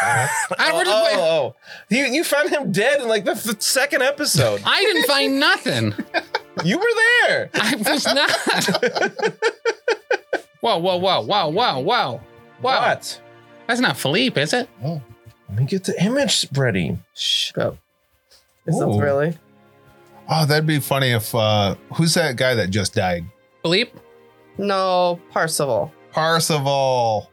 B: I, we're
D: Oh,
B: just wait-
D: oh, oh. You, you found him dead in like the f- second episode.
B: I didn't find nothing.
D: you were there.
B: I was not. whoa, whoa, whoa, whoa, whoa, whoa. Wow.
D: What?
B: That's not Philippe, is it?
D: Let me get the image ready.
C: Shh. Go. Is that
E: Ooh.
C: really?
E: Oh, that'd be funny if uh who's that guy that just died?
B: Philippe?
C: No, Parsival.
E: Parsival.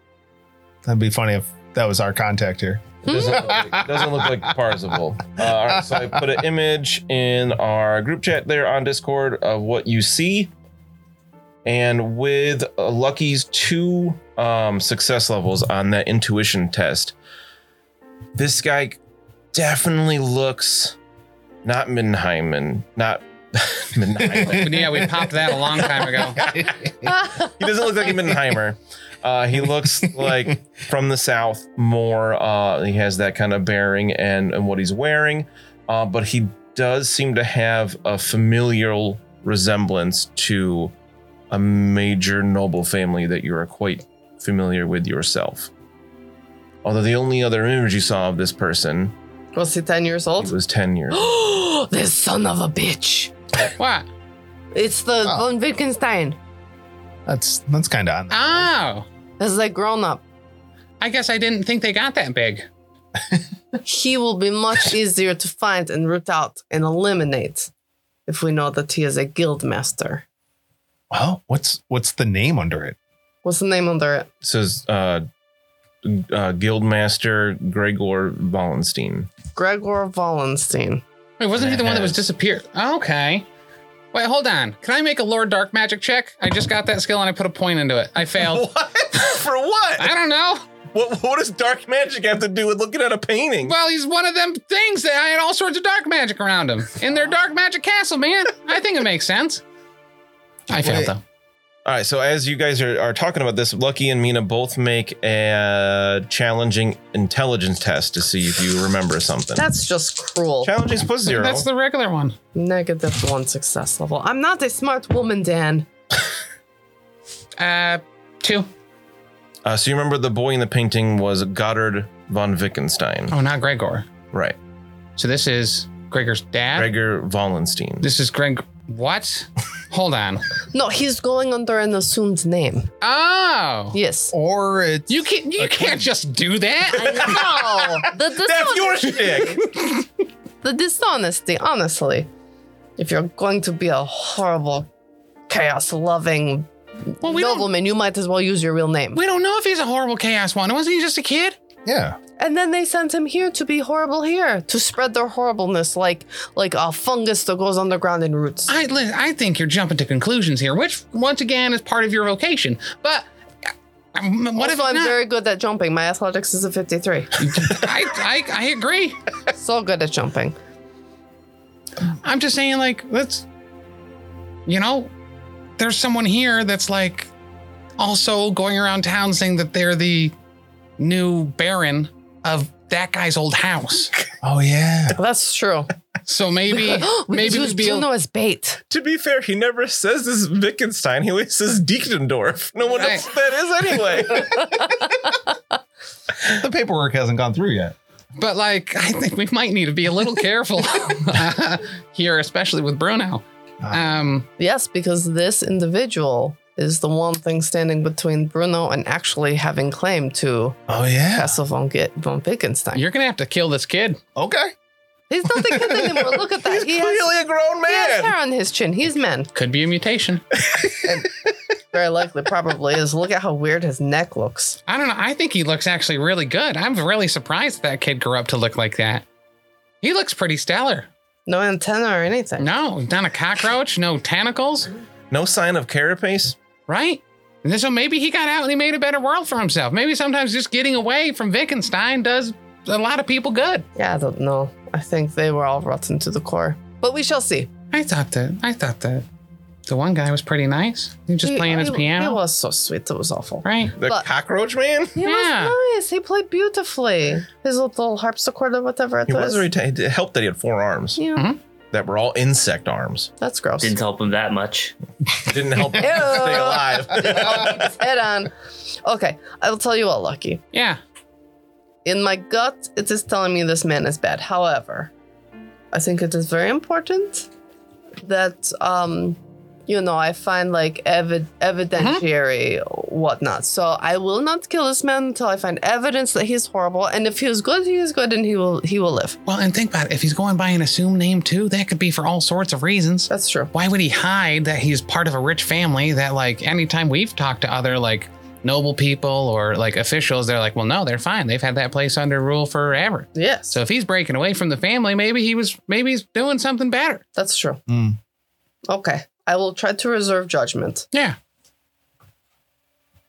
E: That'd be funny if that was our contact here.
D: It doesn't look like, doesn't look like Parzival. Uh, all right, so I put an image in our group chat there on Discord of what you see. And with uh, Lucky's two um, success levels on that intuition test, this guy definitely looks not Minheimen, not Minheimen.
B: yeah, we popped that a long time ago.
D: he doesn't look like a Mindenheimer. Uh, he looks like from the south more. Uh, he has that kind of bearing and, and what he's wearing, uh, but he does seem to have a familial resemblance to a major noble family that you are quite familiar with yourself. Although the only other image you saw of this person,
C: Was he 10 years
D: he
C: old?
D: was ten years. old.
C: this son of a bitch.
B: What?
C: It's the
E: Oh.
C: von Wittgenstein.
E: That's that's kind of on. there.
B: Oh,
C: This is like grown up.
B: I guess I didn't think they got that big.
C: He will be much easier to find and root out and eliminate if we know that he is a guild master.
E: Well, Oh, what's what's the name under it?
C: What's the name under it?
D: It says uh, uh, Guildmaster Gregor Wallenstein.
C: Gregor Wallenstein.
B: Wait, wasn't he the one that was
D: Yes.
B: disappeared? Okay. Wait, hold on. Can I make a Lord Dark Magic check? I just got that skill and I put a point into it. I failed.
D: What for? What?
B: I don't know.
D: What, what does dark magic have to do with looking at a painting?
B: Well, he's one of them things that I had all sorts of dark magic around him in their dark magic castle, man. I think it makes sense. I failed
E: Wait.
B: though.
D: All right, so as you guys are, are talking about this, Lucky and Mina both make a challenging intelligence test to see if you remember something.
C: That's just cruel.
D: challenging's plus zero.
B: That's the regular one.
C: Negative one success level. I'm not a smart woman, Dan.
B: Uh, two.
D: uh, so you remember the boy in the painting was Goddard von Wittgenstein.
B: Oh, not Gregor.
D: Right.
B: So this is Gregor's dad.
D: Gregor Wallenstein.
B: This is Greg. What? hold on.
C: No, he's going under an assumed name.
B: Oh,
C: Yes.
E: Or it's
B: you can't. You can't just do that.
C: no, the,
D: That's
C: dishon-
D: your shtick.
C: the dishonesty, honestly. If you're going to be a horrible, chaos loving
B: Well, we don't.
C: nobleman, you might as well use your real name.
B: We don't know if he's a horrible chaos one. Wasn't he just a kid?
E: yeah.
C: And then they sent him here to be horrible here, to spread their horribleness like like a fungus that goes underground in roots.
B: I li- I think you're jumping to conclusions here, which once again is part of your vocation. But uh, um, what
C: What
B: if
C: if I'm
B: not?
C: very good at jumping? My athletics is a 53.
B: I, I I agree.
C: so good at jumping.
B: I'm just saying, like, let's, you know, there's someone here that's like also going around town saying that they're the new baron of that guy's old house.
E: Oh yeah.
C: That's true.
B: So maybe,
C: We
B: maybe
C: could
B: we'd
C: use
B: be.
C: Juno as bait.
D: to be fair, he never says this is Wittgenstein. He always says Diekendorf. No one knows who that is anyway.
E: The paperwork hasn't gone through yet.
B: But like, I think we might need to be a little careful here, especially with Bruno.
C: Uh,
B: Um,
C: Yes, because this individual is the one thing standing between Bruno and actually having claim to
E: Oh yeah.
C: Castle von, Ge- von Wittgenstein.
B: you're gonna have to kill this kid.
E: Okay.
C: He's not the kid anymore. Look at that. he, has,
D: Really a grown
C: he has
D: man.
C: hair on his chin. He's men.
B: Could be a mutation.
C: Very likely, probably is. Look at how weird his neck looks.
B: I don't know. I think he looks actually really good. I'm really surprised that kid grew up to look like that. He looks pretty stellar.
C: No antenna or anything.
B: No, not a cockroach, no tentacles,
D: No sign of carapace.
B: right? And then- so maybe he got out and he made a better world for himself. Maybe sometimes just getting away from Wittgenstein does a lot of people good.
C: Yeah, I don't know. I think they were all rotten to the core. But we shall see.
B: I thought that I thought that the one guy was pretty nice. He was just
C: He-
B: playing his
C: he-
B: piano,
C: He was so sweet. It was awful.
B: right?
D: The
C: But-
D: cockroach man?
C: He
B: Yeah.
C: was nice. He played beautifully. His little harpsichord or whatever it
D: He was
C: was.
D: retired. It helped that he had four arms
C: yeah,
B: Mhm.
D: that were all insect arms.
C: that's gross.
F: Didn't help him that much.
D: It didn't help him
C: Ew.
D: stay alive.
C: Head on. Okay, I will tell you what, Lucky.
B: Yeah.
C: In my gut, it is telling me this man is bad. However, I think it is very important that, um, you know, I find like evid- evidentiary whatnot. So I will not kill this man until I find evidence that he's horrible. And if he is good, he is good, and he will he will live.
B: Well, and think about it. If he's going by an assumed name too, that could be for all sorts of reasons.
C: That's true.
B: Why would he hide that he's part of a rich family that, like, anytime we've talked to other, like, noble people or, like, officials, they're like, well, no, they're fine. They've had that place under rule forever.
C: Yes,
B: So if he's breaking away from the family, maybe he was, maybe he's doing something better.
C: that's true.
E: Hmm.
C: Okay, I will try to reserve judgment.
B: Yeah.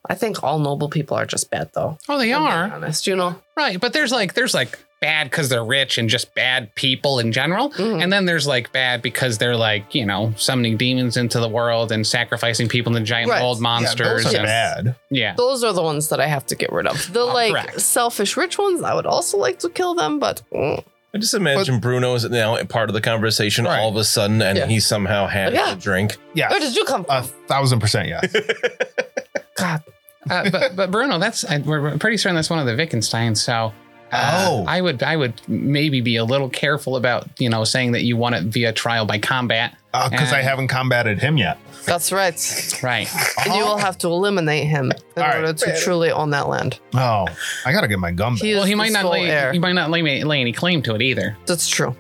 C: I think all noble people are just bad, though.
B: Oh, they
C: I'm being
B: are.
C: honest, you know.
B: Right, but there's like there's like bad because they're rich and just bad people in general,
E: Mm-hmm.
C: Mhm.
B: and then there's like bad because they're like you know summoning demons into the world and sacrificing people to giant
C: Right.
B: old monsters.
E: Yeah, those are
B: and-
E: bad.
B: yeah.
C: Those are the ones that I have to get rid of. The like
B: Oh, correct.
C: selfish rich ones, I would also like to kill them, but mm,
D: I just imagine Bruno is now part of the conversation
E: Right.
D: all of a sudden, and
C: Yeah.
D: he somehow had
C: Yeah.
D: a drink.
E: Yeah.
C: where did you come from?
E: A thousand percent, yes.
C: God,
B: Uh, but but Bruno, that's I, we're we're pretty certain that's one of the Wittgensteins. So. uh,
E: Oh.
B: I would I would maybe be a little careful about you know saying that you want it via trial by combat.
E: Because Uh, I
B: And-
E: haven't combated him yet.
C: that's right.
B: Right.
C: And you will have to eliminate him in
E: All right.
C: order to truly own that land.
E: Oh, I got to get my gum back.
C: He is
B: well, he might
C: the
B: not
C: sole
B: lay
C: heir.
B: he might not lay, lay any claim to it either.
C: That's true.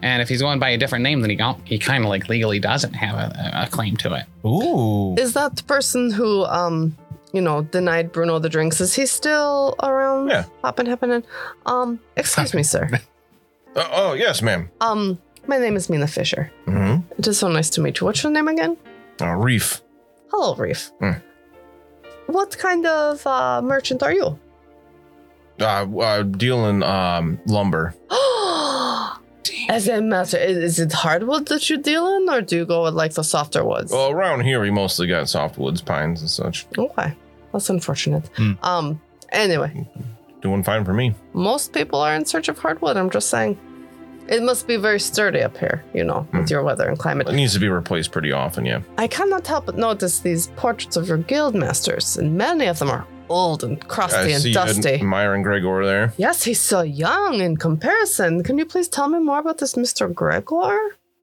B: And if he's going by a different name than he got, he kind of like legally doesn't have a, a claim to it.
E: Ooh.
C: Is that the person who, um, you know, denied Bruno the drinks? Is he still around?
D: Yeah.
C: Hopping, happening. Um, excuse me, sir.
D: Uh, oh, yes, ma'am.
C: Um, my name is Mina Fisher.
D: Mm-hmm.
C: It is so nice to meet you. What's your name again?
D: Uh, Reef.
C: Hello, Reef.
D: Hmm.
C: What kind of uh, merchant are you?
D: Uh, uh, dealing um, lumber.
C: As a matter, i- is it hardwood that you deal in, or do you go with like the softer woods?
D: Well, around here, we mostly got softwoods, pines, and such.
C: okay, that's unfortunate.
E: Hmm.
C: Um, anyway,
D: Doing fine for me.
C: most people are in search of hardwood. I'm just saying, it must be very sturdy up here, you know,
D: Hmm.
C: with your weather and climate.
D: It needs to be replaced pretty often, yeah.
C: I cannot help but notice these portraits of your guild masters, and many of them are old and crusty
D: I see
C: and dusty.
D: you admiring Gregor there.
C: Yes, he's so young in comparison. Can you please tell me more about this Mr. Gregor?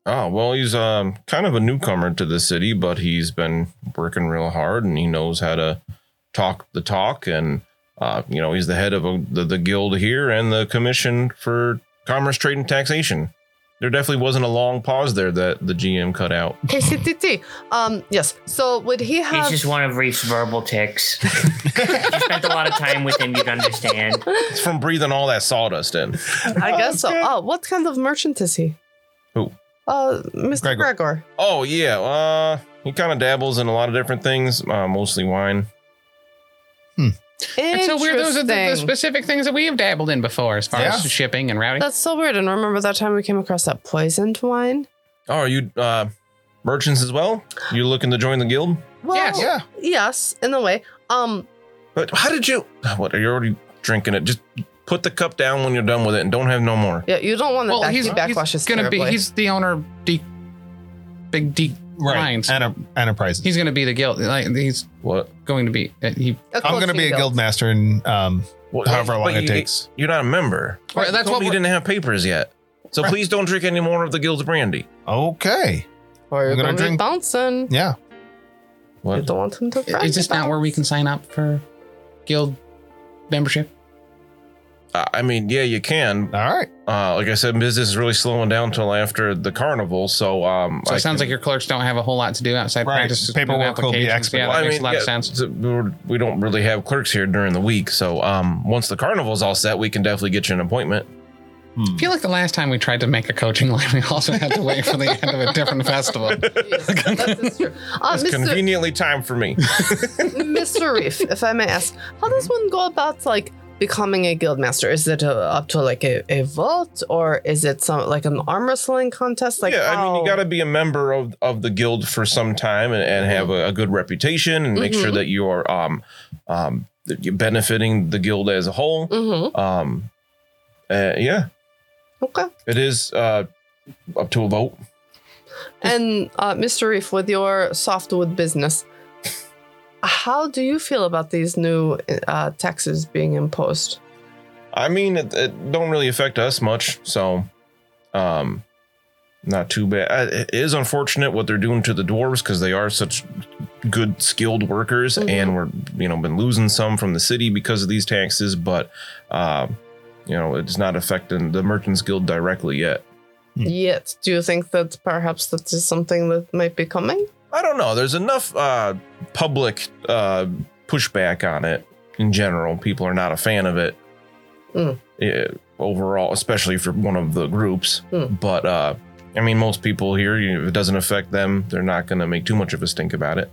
D: Oh, well, he's um, kind of a newcomer to the city, but he's been working real hard and he knows how to talk the talk. And, uh, you know, he's the head of a, the, the guild here and the commission for commerce, trade, and taxation. There definitely wasn't a long pause there that the GM cut out.
C: KCTT. Um, yes. So would he
F: It's
C: have?
F: just one of Reef's verbal tics. if you spent a lot of time with him, you'd understand.
D: It's from breathing all that sawdust in.
C: I guess so. Oh, what kind of merchant is he?
D: Who?
C: Uh, Mr. Gregor.
E: Gregor.
D: Oh, yeah. Uh, he kind of dabbles in a lot of different things, uh, mostly wine.
C: Interesting.
B: It's so weird. Those are the, the specific things that we have dabbled in before, as far as
E: Yeah.
B: shipping and routing.
C: That's so weird. And remember that time we came across that poisoned wine?
D: Oh, are you uh, merchants as well? You looking to join the guild?
C: Well,
B: Yes.
E: Yeah.
C: yes, in a way. Um,
D: But how did you? What? You're already drinking it. Just put the cup down when you're done with it, and don't have no more.
C: yeah, you don't want to
B: well,
C: back,
B: he's,
C: he backwashes
B: he's gonna be.
C: terribly.
B: He's the owner of Deep Big Deep Mines.
E: Enter- enterprises.
B: He's gonna be the guild. Like he's
D: What?
B: going to be. uh, He.
C: A
E: I'm going to
C: closing
E: be a guild master in um,
D: what
E: however long
D: but
E: it
D: you,
E: takes.
D: You're not a member.
B: Right,
D: You
B: that's
D: told
B: what
D: me you
B: we're-
D: didn't have papers yet. So
E: Right.
D: please don't drink any more of the guild's brandy.
E: Okay.
C: Or you're
E: I'm
C: gonna,
E: gonna
C: be
E: drink-
C: bouncing.
E: Yeah.
C: You
D: What?
C: don't want him to.
B: Is this not where we can sign up for guild membership?
D: Uh, I mean, yeah, you can.
E: All right.
D: Uh, like I said, business is really slowing down till after the carnival. So, um,
B: So
D: I
B: it sounds like your clerks don't have a whole lot to do outside
E: Right.
B: practice.
E: Paperwork will
B: applications.
E: be
B: Yeah,
E: expedited.
B: that
D: I
B: makes
D: mean,
B: a lot of
D: yeah,
B: sense.
D: so we're- we don't really have clerks here during the week. So, um, once the carnival's all set, we can definitely get you an appointment.
B: I feel like the last time we tried to make a coaching line, we also had to wait for the end of a different festival.
C: that is true. Uh,
D: It's
C: Mr.
D: conveniently time for me.
C: Mr. Reef, if I may ask, how does one go about like becoming a guild master? Is it uh up to like a, a vote or is it some like an arm wrestling contest? Like,
D: yeah, I mean,
C: how-
D: you got to be a member of, of the guild for some time and, and have
C: Mm-hmm.
D: a, a good reputation and make sure
C: Mhm.
D: that you're um um that you're benefiting the guild as a whole.
C: Mhm.
D: Um, uh, yeah,
C: Okay.
D: it is uh up to a vote.
C: And uh, Mr. Reef, with your softwood business, how do you feel about these new uh, taxes being imposed?
D: I mean, it, it don't really affect us much, so um, not too bad. Uh, It is unfortunate what they're doing to the dwarves because they are such good, skilled workers,
C: Mhm.
D: and we're you know been losing some from the city because of these taxes. But uh, you know, it's not affecting the Merchants Guild directly yet. Hmm.
C: Yet, do you think that perhaps that is something that might be coming?
D: I don't know. There's enough uh, public uh, pushback on it in general. People are not a fan of it
C: Mm.
D: Yeah, overall, especially for one of the groups.
C: Mm.
D: But uh, I mean, most people here, you know, if it doesn't affect them, they're not going to make too much of a stink about it.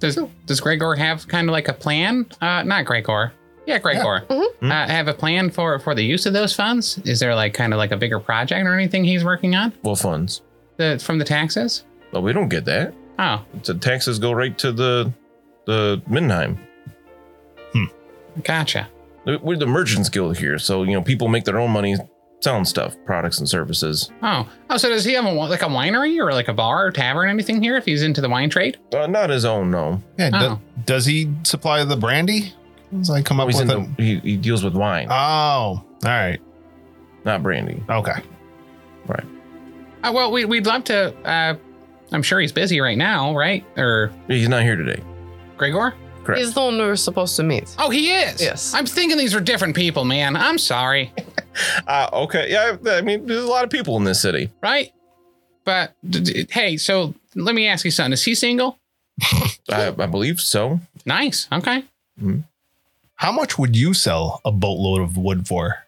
B: Does Does Gregor have kind of like a plan? Uh, not Gregor. Yeah, Gregor.
D: Mhm.
B: Uh, have a plan for for the use of those funds? Is there like kind of like a bigger project or anything he's working on
D: Well, funds.
B: the, from the taxes?
D: But we don't get that.
B: Oh,
D: The taxes go right to the the Mindenheim.
B: gotcha.
D: We're the Merchants Guild here, so you know people make their own money selling stuff, products and services.
B: Oh, oh. So does he have a, wi- like a winery or like a bar or tavern or anything here? If he's into the wine trade?
D: Uh, not his own, no.
E: Yeah, do-
B: Oh.
E: does he supply the brandy? Does I come up
D: Oh, He's
E: with it?
D: into- he, he deals with wine,
E: oh, all right.
D: not brandy.
E: Okay.
B: Uh, well, we, we'd love to. Uh, I'm sure he's busy right now, right? Or
D: He's not here today.
B: Gregor?
D: Correct.
C: He's the one we were supposed to meet.
B: Oh, he is.
C: Yes.
B: I'm thinking these are different people, man. I'm sorry,
D: Uh, okay. Yeah. I I mean, there's a lot of people in this city.
B: right? But d- d- hey, so let me ask you something. Is he single?
D: I, I believe so.
B: Nice. Okay.
E: How much would you sell a boatload of wood for?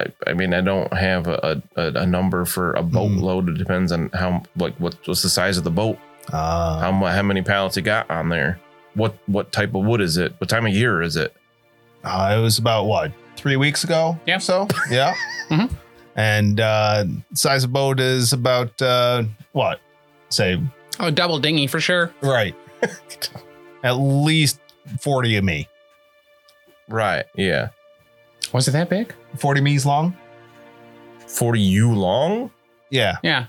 D: I, I mean, I don't have a, a, a number for a boatload. It depends on how, like, what, what's the size of the boat,
E: Uh,
D: how, mu- how many pallets you got on there, what what type of wood is it, what time of year is it.
E: uh, it was about what three weeks ago.
B: Yeah.
E: So yeah.
B: Mhm.
E: And uh, size of boat is about uh, what? Say
B: Oh, double dinghy for sure.
E: right. At least forty of me.
D: Right. Yeah.
B: Was it that big?
E: Forty me's long.
D: Forty you long.
E: Yeah.
B: Yeah.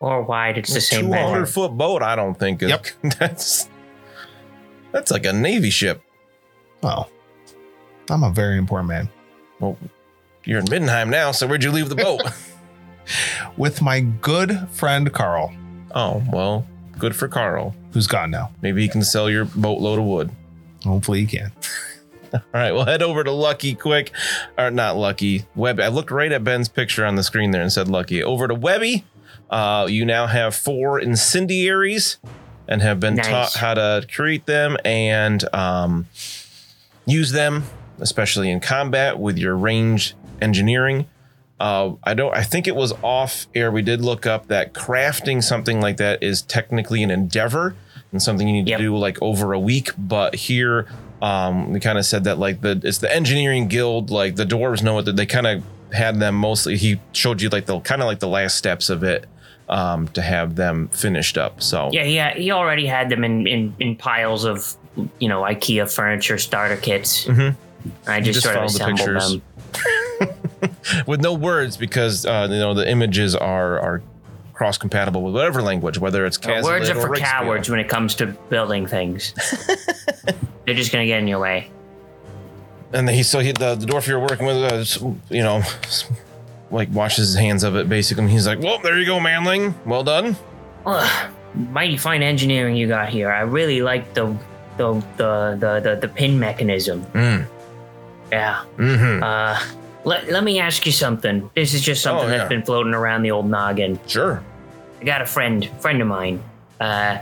F: Or wide, it's the same
D: Two hundred
F: measure.
D: foot boat. I don't think. Is,
E: Yep.
D: That's that's like a navy ship.
E: Well, I'm a very important man.
D: You're in Middenheim now, so where'd you leave the boat?
E: With my good friend Carl,
D: Oh, well, good for Carl.
E: who's gone now.
D: Maybe he can sell your boatload of wood.
E: Hopefully he can.
D: All right, we'll head over to Lucky quick. Or not Lucky, Webby. I looked right at Ben's picture on the screen there and said Lucky. Over to Webby. Uh, you now have four incendiaries and have been
F: Nice.
D: taught how to create them and um, use them, especially in combat with your ranged engineering. Uh, I don't. I think it was off air. We did look up that crafting something like that is technically an endeavor and something you need
F: Yep.
D: to do like over a week. But here, um, we kind of said that like the it's the engineering guild. Like the dwarves know it. That they kind of had them mostly. He showed you like the kind of like the last steps of it um, to have them finished up. So
F: Yeah, yeah. He already had them in, in, in piles of, you know, IKEA furniture starter kits.
D: Mhm.
F: I
D: You
F: just,
D: just
F: sort of
D: follow the
F: assembled
D: pictures.
F: them.
D: with no words because uh, you know the images are are cross compatible with whatever language, whether it's
F: Well, words
D: Cazalet
F: are
D: or
F: for
D: Rigsby.
F: cowards when it comes to building things. They're just gonna get in your way.
D: and he so he the, the dwarf you're working with, uh, s- you know, s- like washes his hands of it basically. And he's like, "Well, there you go, manling. Well done."
F: Ugh, mighty fine engineering you got here. I really like the the the the the, the pin mechanism.
D: Mm.
F: Yeah.
D: Mm-hmm.
F: Uh, let let me ask you something. This is just something
D: Oh, yeah.
F: that's been floating around the old noggin.
D: Sure.
F: I got a friend, friend of mine. Uh,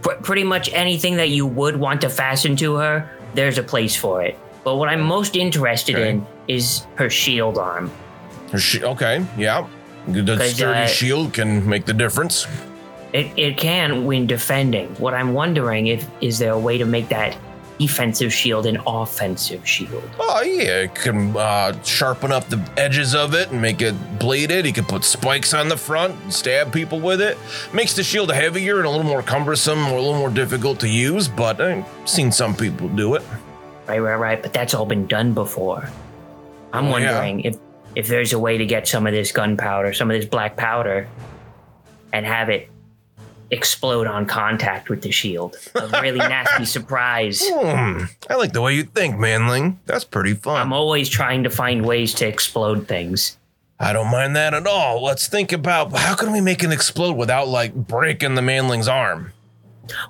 F: pr- pretty much anything that you would want to fasten to her, there's a place for it. But what I'm most interested
D: Okay.
F: in is her shield arm.
D: Her shi- okay. Yeah. The
F: Because,
D: sturdy
F: uh,
D: shield can make the difference.
F: It, it can when defending. What I'm wondering if is there a way to make that defensive shield an offensive shield?
D: Oh yeah, it can uh, sharpen up the edges of it and make it bladed. He can put spikes on the front and stab people with it. Makes the shield heavier and a little more cumbersome, or a little more difficult to use. But uh, I've seen some people do it.
F: Right, right, right. But that's all been done before. I'm
D: Oh, yeah.
F: wondering if if there's a way to get some of this gunpowder, some of this black powder, and have it explode on contact with the shield. A really nasty surprise.
D: Hmm. I like the way you think, Manling. That's pretty fun.
F: I'm always trying to find ways to explode things.
D: I don't mind that at all. Let's think about how can we make it explode without like breaking the manling's arm.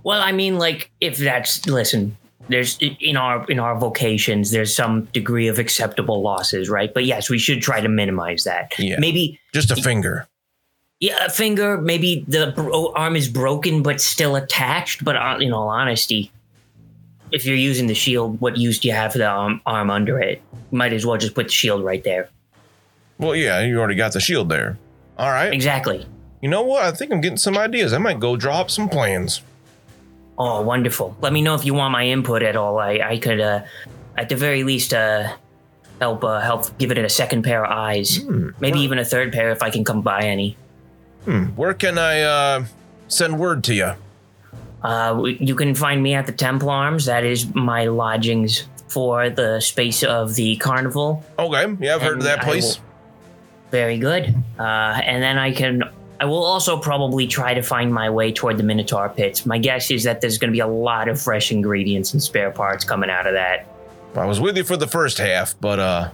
F: Well, I mean, like if that's listen, there's in our in our vocations, there's some degree of acceptable losses, right? But yes, we should try to minimize that.
D: Yeah.
F: Maybe
D: Just a finger.
F: yeah, a finger. Maybe the bro- oh, arm is broken but still attached. But uh, in all honesty, if you're using the shield, what use do you have the arm, arm under it? Might as well just put the shield right there.
D: Well, yeah, you already got the shield there. All right.
F: Exactly.
D: You know what? I think I'm getting some ideas. I might go draw up some plans.
F: Oh, wonderful. Let me know if you want my input at all. I, I could, uh, at the very least, uh, help uh, help give it a second pair of eyes. Maybe even a third pair if I can come by any.
D: Hmm. Where can I uh, send word to you?
F: Uh, w- you can find me at the Temple Arms. That is my lodgings for the space of the carnival.
D: Okay. Yeah, I've heard of
F: And
D: that
F: I
D: place.
F: will- Very good. Uh, and then I can. I will also probably try to find my way toward the Minotaur pits. My guess is that there's going to be a lot of fresh ingredients and spare parts coming out of that.
D: I was with you for the first half, but uh.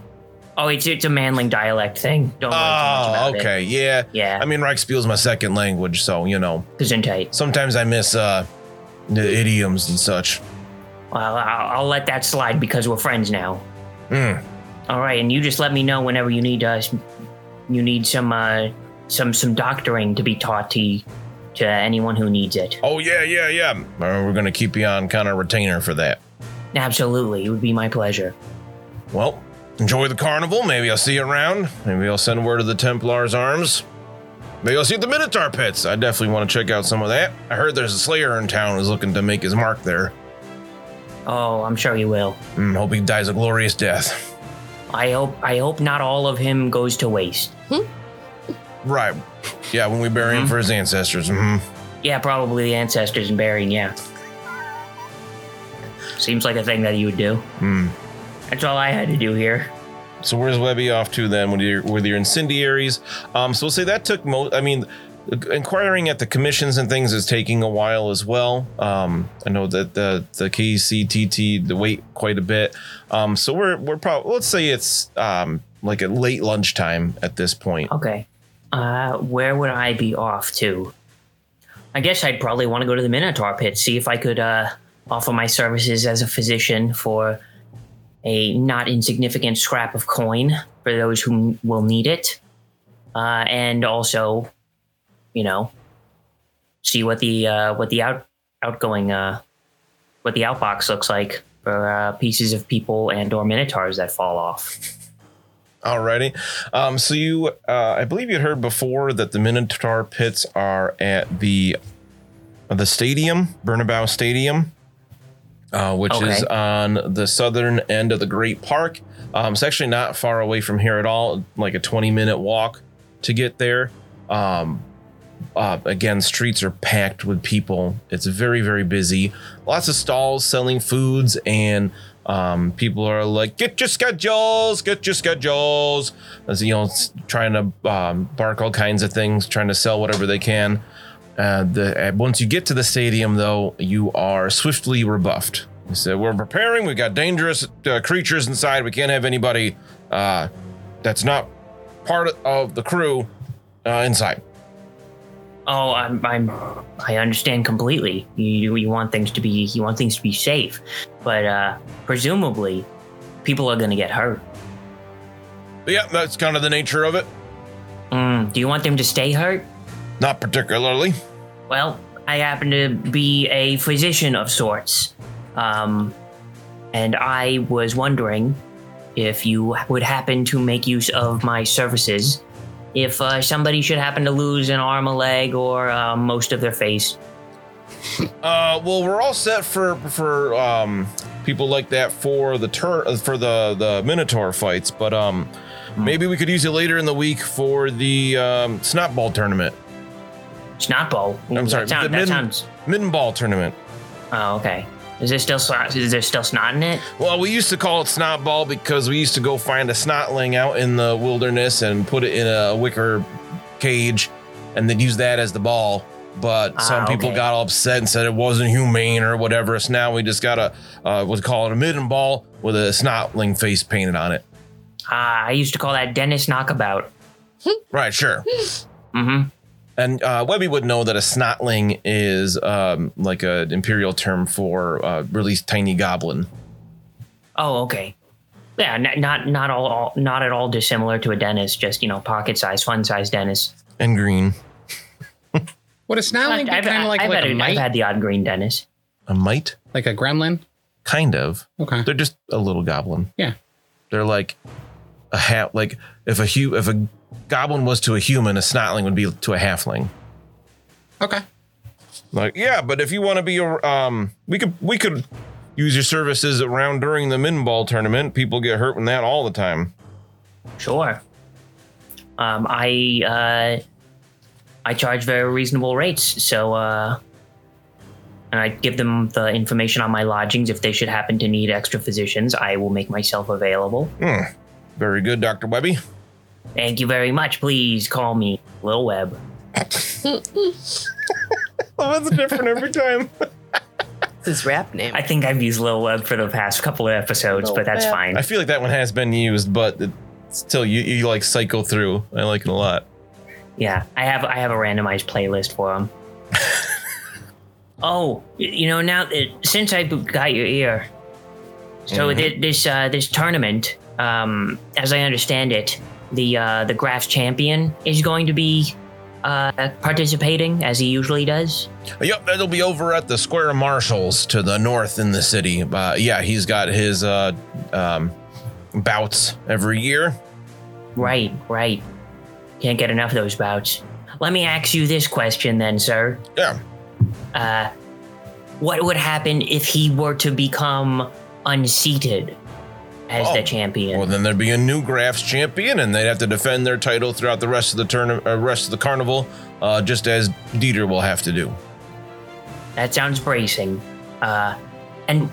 F: Oh, it's it's a Manling dialect thing. Don't worry too much
D: Oh,
F: about it.
D: okay. Yeah.
F: Yeah,
D: I mean, Reichspiel's my second language, so you know.
F: gesundheit.
D: Sometimes I miss uh the idioms and such.
F: Well, I'll, I'll let that slide because we're friends now.
D: Hmm.
F: All right, and you just let me know whenever you need us. You need some uh, some some doctoring to be taught to to anyone who needs it.
D: Oh yeah, yeah, yeah. Uh, we're gonna keep you on kind of retainer for that.
F: Absolutely, it would be my pleasure.
D: Well, enjoy the carnival. Maybe I'll see you around. Maybe I'll send word to the Templar's arms. Maybe I'll see you at the Minotaur pits. I definitely want to check out some of that. I heard there's a Slayer in town who's looking to make his mark there.
F: Oh, I'm sure you will.
D: Hmm, hope he dies a glorious death.
F: I hope I hope not all of him goes to waste.
D: Right. Yeah, when we bury him for his ancestors. hmm
F: Yeah, probably the ancestors and burying. Yeah, seems like a thing that you would do.
D: Hmm.
F: That's all I had to do here.
D: So where's Webby off to then with your with your incendiaries? Um, so we'll say that took most. I mean, inquiring at the commissions and things is taking a while as well. Um, I know that the the KCTT the wait quite a bit. Um, so we're we're probably let's say it's um like a late lunchtime at this point.
F: Okay. Uh, where would I be off to? I guess I'd probably want to go to the Minotaur pit, see if I could uh, offer my services as a physician for a not insignificant scrap of coin for those who will need it. Uh, and also, you know, see what the uh, what the out outgoing uh, what the outbox looks like for uh, pieces of people and or minotaurs that fall off.
D: Alrighty. Um, so you, uh, I believe you heard before that the Minotaur pits are at the the stadium, Bernabeu Stadium, uh, which is
F: Okay.
D: on the southern end of the Great Park. Um, it's actually not far away from here at all, like a 20 minute walk to get there. Um, uh, again, streets are packed with people. It's very, very busy. Lots of stalls selling foods, and um, people are like, "Get your schedules, get your schedules." As you know, s- trying to um, bark all kinds of things, trying to sell whatever they can. Uh, the, uh, once you get to the stadium, though, you are swiftly rebuffed. They said, "We're preparing. We've got dangerous uh, creatures inside. We can't have anybody uh, that's not part of the crew uh, inside."
F: Oh, I'm, I'm, I understand completely. You, you want things to be, you want things to be safe, but uh, presumably, people are going to get hurt.
D: But yeah, that's kind of the nature of it.
F: Mm, do you want them to stay hurt?
D: Not particularly.
F: Well, I happen to be a physician of sorts, um, and I was wondering if you would happen to make use of my services if uh, somebody should happen to lose an arm, a leg, or uh, most of their face.
D: Uh, well, we're all set for for um, people like that for the tur- uh, for the the Minotaur fights, but um, maybe we could use it later in the week for the um, Snotball tournament.
F: Snotball.
D: I'm sorry,
F: That, sound-
D: the
F: that
D: min-
F: sounds.
D: Minball tournament.
F: Oh, okay. Is there still snot? Is there still snot in it?
D: Well, we used to call it Snotball because we used to go find a snotling out in the wilderness and put it in a wicker cage, and then use that as the ball but some
F: Ah,
D: people
F: okay.
D: got all upset and said it wasn't humane or whatever. So now we just got a uh, what's called a midden ball with a snotling face painted on it.
F: Ah, I used to call that Dennis knockabout.
D: Right, sure.
F: Mm-hmm.
D: And uh, Webby would know that a snotling is um, like an imperial term for uh, really tiny goblin.
F: Oh, okay. Yeah, n- not not all, all not at all dissimilar to a dentist. Just you know, pocket size, fun size dentist.
D: And green.
B: Would a snarling be
F: I've,
B: kind of like,
F: I've
B: like
F: had,
B: a
F: I've
B: mite?
F: had the odd green dentist.
D: A mite?
B: Like a gremlin?
D: Kind of.
B: Okay.
D: They're just a little goblin.
B: Yeah.
D: They're like a half like if a hu- if a goblin was to a human, a snotling would be to a halfling.
B: Okay.
D: Like, yeah, but if you want to be a um we could we could use your services around during the min ball tournament. People get hurt in that all the time.
F: Sure. Um, I uh, I charge very reasonable rates, so uh, and I give them the information on my lodgings if they should happen to need extra physicians. I will make myself available.
D: Very good, Dr. Webby.
F: Thank you very much. Please call me Lil Web.
D: Oh, that's different every time.
C: It's his rap name.
F: I think I've used Lil Web for the past couple of episodes, but that's
C: Web.
F: fine.
D: I feel like that one has been used, but it, still you, you like cycle through. I like it a lot.
F: Yeah, I have I have a randomized playlist for them. oh, y- you know now that since I got your ear, so thi- this uh, this tournament, um, as I understand it, the uh, the Graf's champion is going to be uh, participating as he usually does.
D: Yep, that'll be over at the Square of Marshals to the north in the city. Uh, yeah, he's got his uh, um, bouts every year.
F: Right, right. Can't get enough of those bouts. Let me ask you this question then, sir.
D: Yeah.
F: Uh, what would happen if he were to become unseated as
D: Oh,
F: the champion?
D: Well, then there'd be a new Graf's champion, and they'd have to defend their title throughout the rest of the turn, uh, rest of the carnival, uh, just as Dieter will have to do.
F: that sounds bracing. Uh, and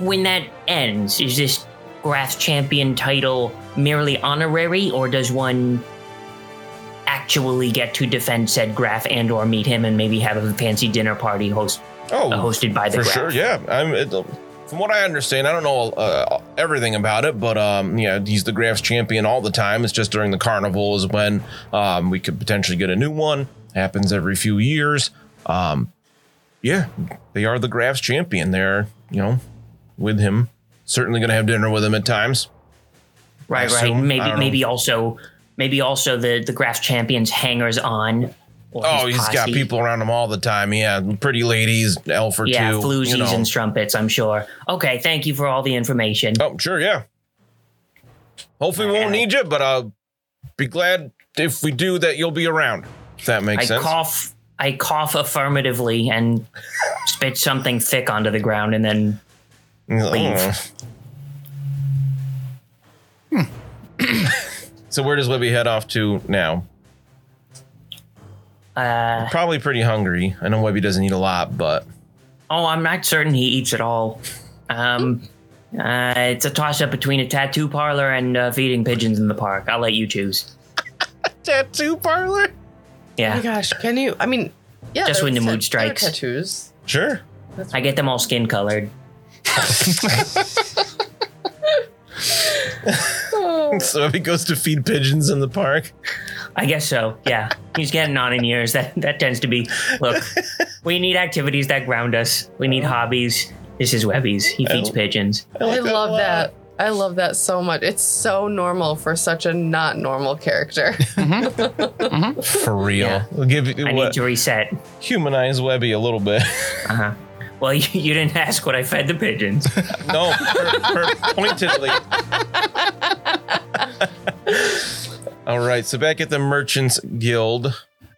F: when that ends, is this Graf's champion title merely honorary, or does one actually get to defend said Graf and/or meet him and maybe have a fancy dinner party host
D: Oh,
F: uh, hosted by the
D: for
F: Graf?
D: sure. Yeah, I'm. It, from what I understand, I don't know uh, everything about it, but um, yeah, he's the Graf's champion all the time. It's just during the carnival is when um, we could potentially get a new one. Happens every few years. Um, yeah, they are the Graf's champion. They're you know with him. Certainly going to have dinner with him at times. I
F: Right, right.
D: assume. Um, I
F: Maybe,
D: don't know.
F: maybe also, maybe also the the Graf Champions hangers on. Or
D: Oh,
F: his
D: he's got
F: posse.
D: people around him all the time. Yeah, pretty ladies, elf or
F: Yeah,
D: two.
F: floozies
D: you know.
F: and strumpets. I'm sure. Okay, thank you for all the information.
D: Oh, sure, yeah. Hopefully, we won't need you, but I'll be glad if we do that you'll be around. If that makes
F: I
D: sense.
F: cough. I cough affirmatively and spit something thick onto the ground, and then leave.
D: "Mm."
F: Hmm.
D: so, where does Webby head off to now?
F: uh,
D: Probably pretty hungry. I know Webby doesn't eat a lot, but
F: oh, I'm not certain he eats at all. Um, uh, it's a toss up between a tattoo parlor and uh, feeding pigeons in the park. I'll let you choose.
D: tattoo parlor.
C: oh my
F: Yeah,
C: gosh, can you? I mean, yeah.
F: Just
C: they're
F: when the mood
C: tat- they're
F: strikes.
C: Tattoos.
D: Sure.
F: I get them all skin colored.
D: So Webby goes to feed pigeons in the park.
F: I guess so. Yeah, he's getting on in years. That that tends to be. Look, we need activities that ground us. We need hobbies. This is Webby's. He feeds pigeons.
C: Oh, I
D: like that a
C: love
D: lot.
C: that. I love that so much. It's so normal for such a not normal character.
D: For real.
F: Yeah.
D: We'll give you
F: I
D: what
F: need to reset.
D: humanize Webby a little bit.
F: Uh huh. Well, you, you didn't ask what I fed the pigeons.
D: No, per, per pointedly. All right, so back at the Merchants Guild.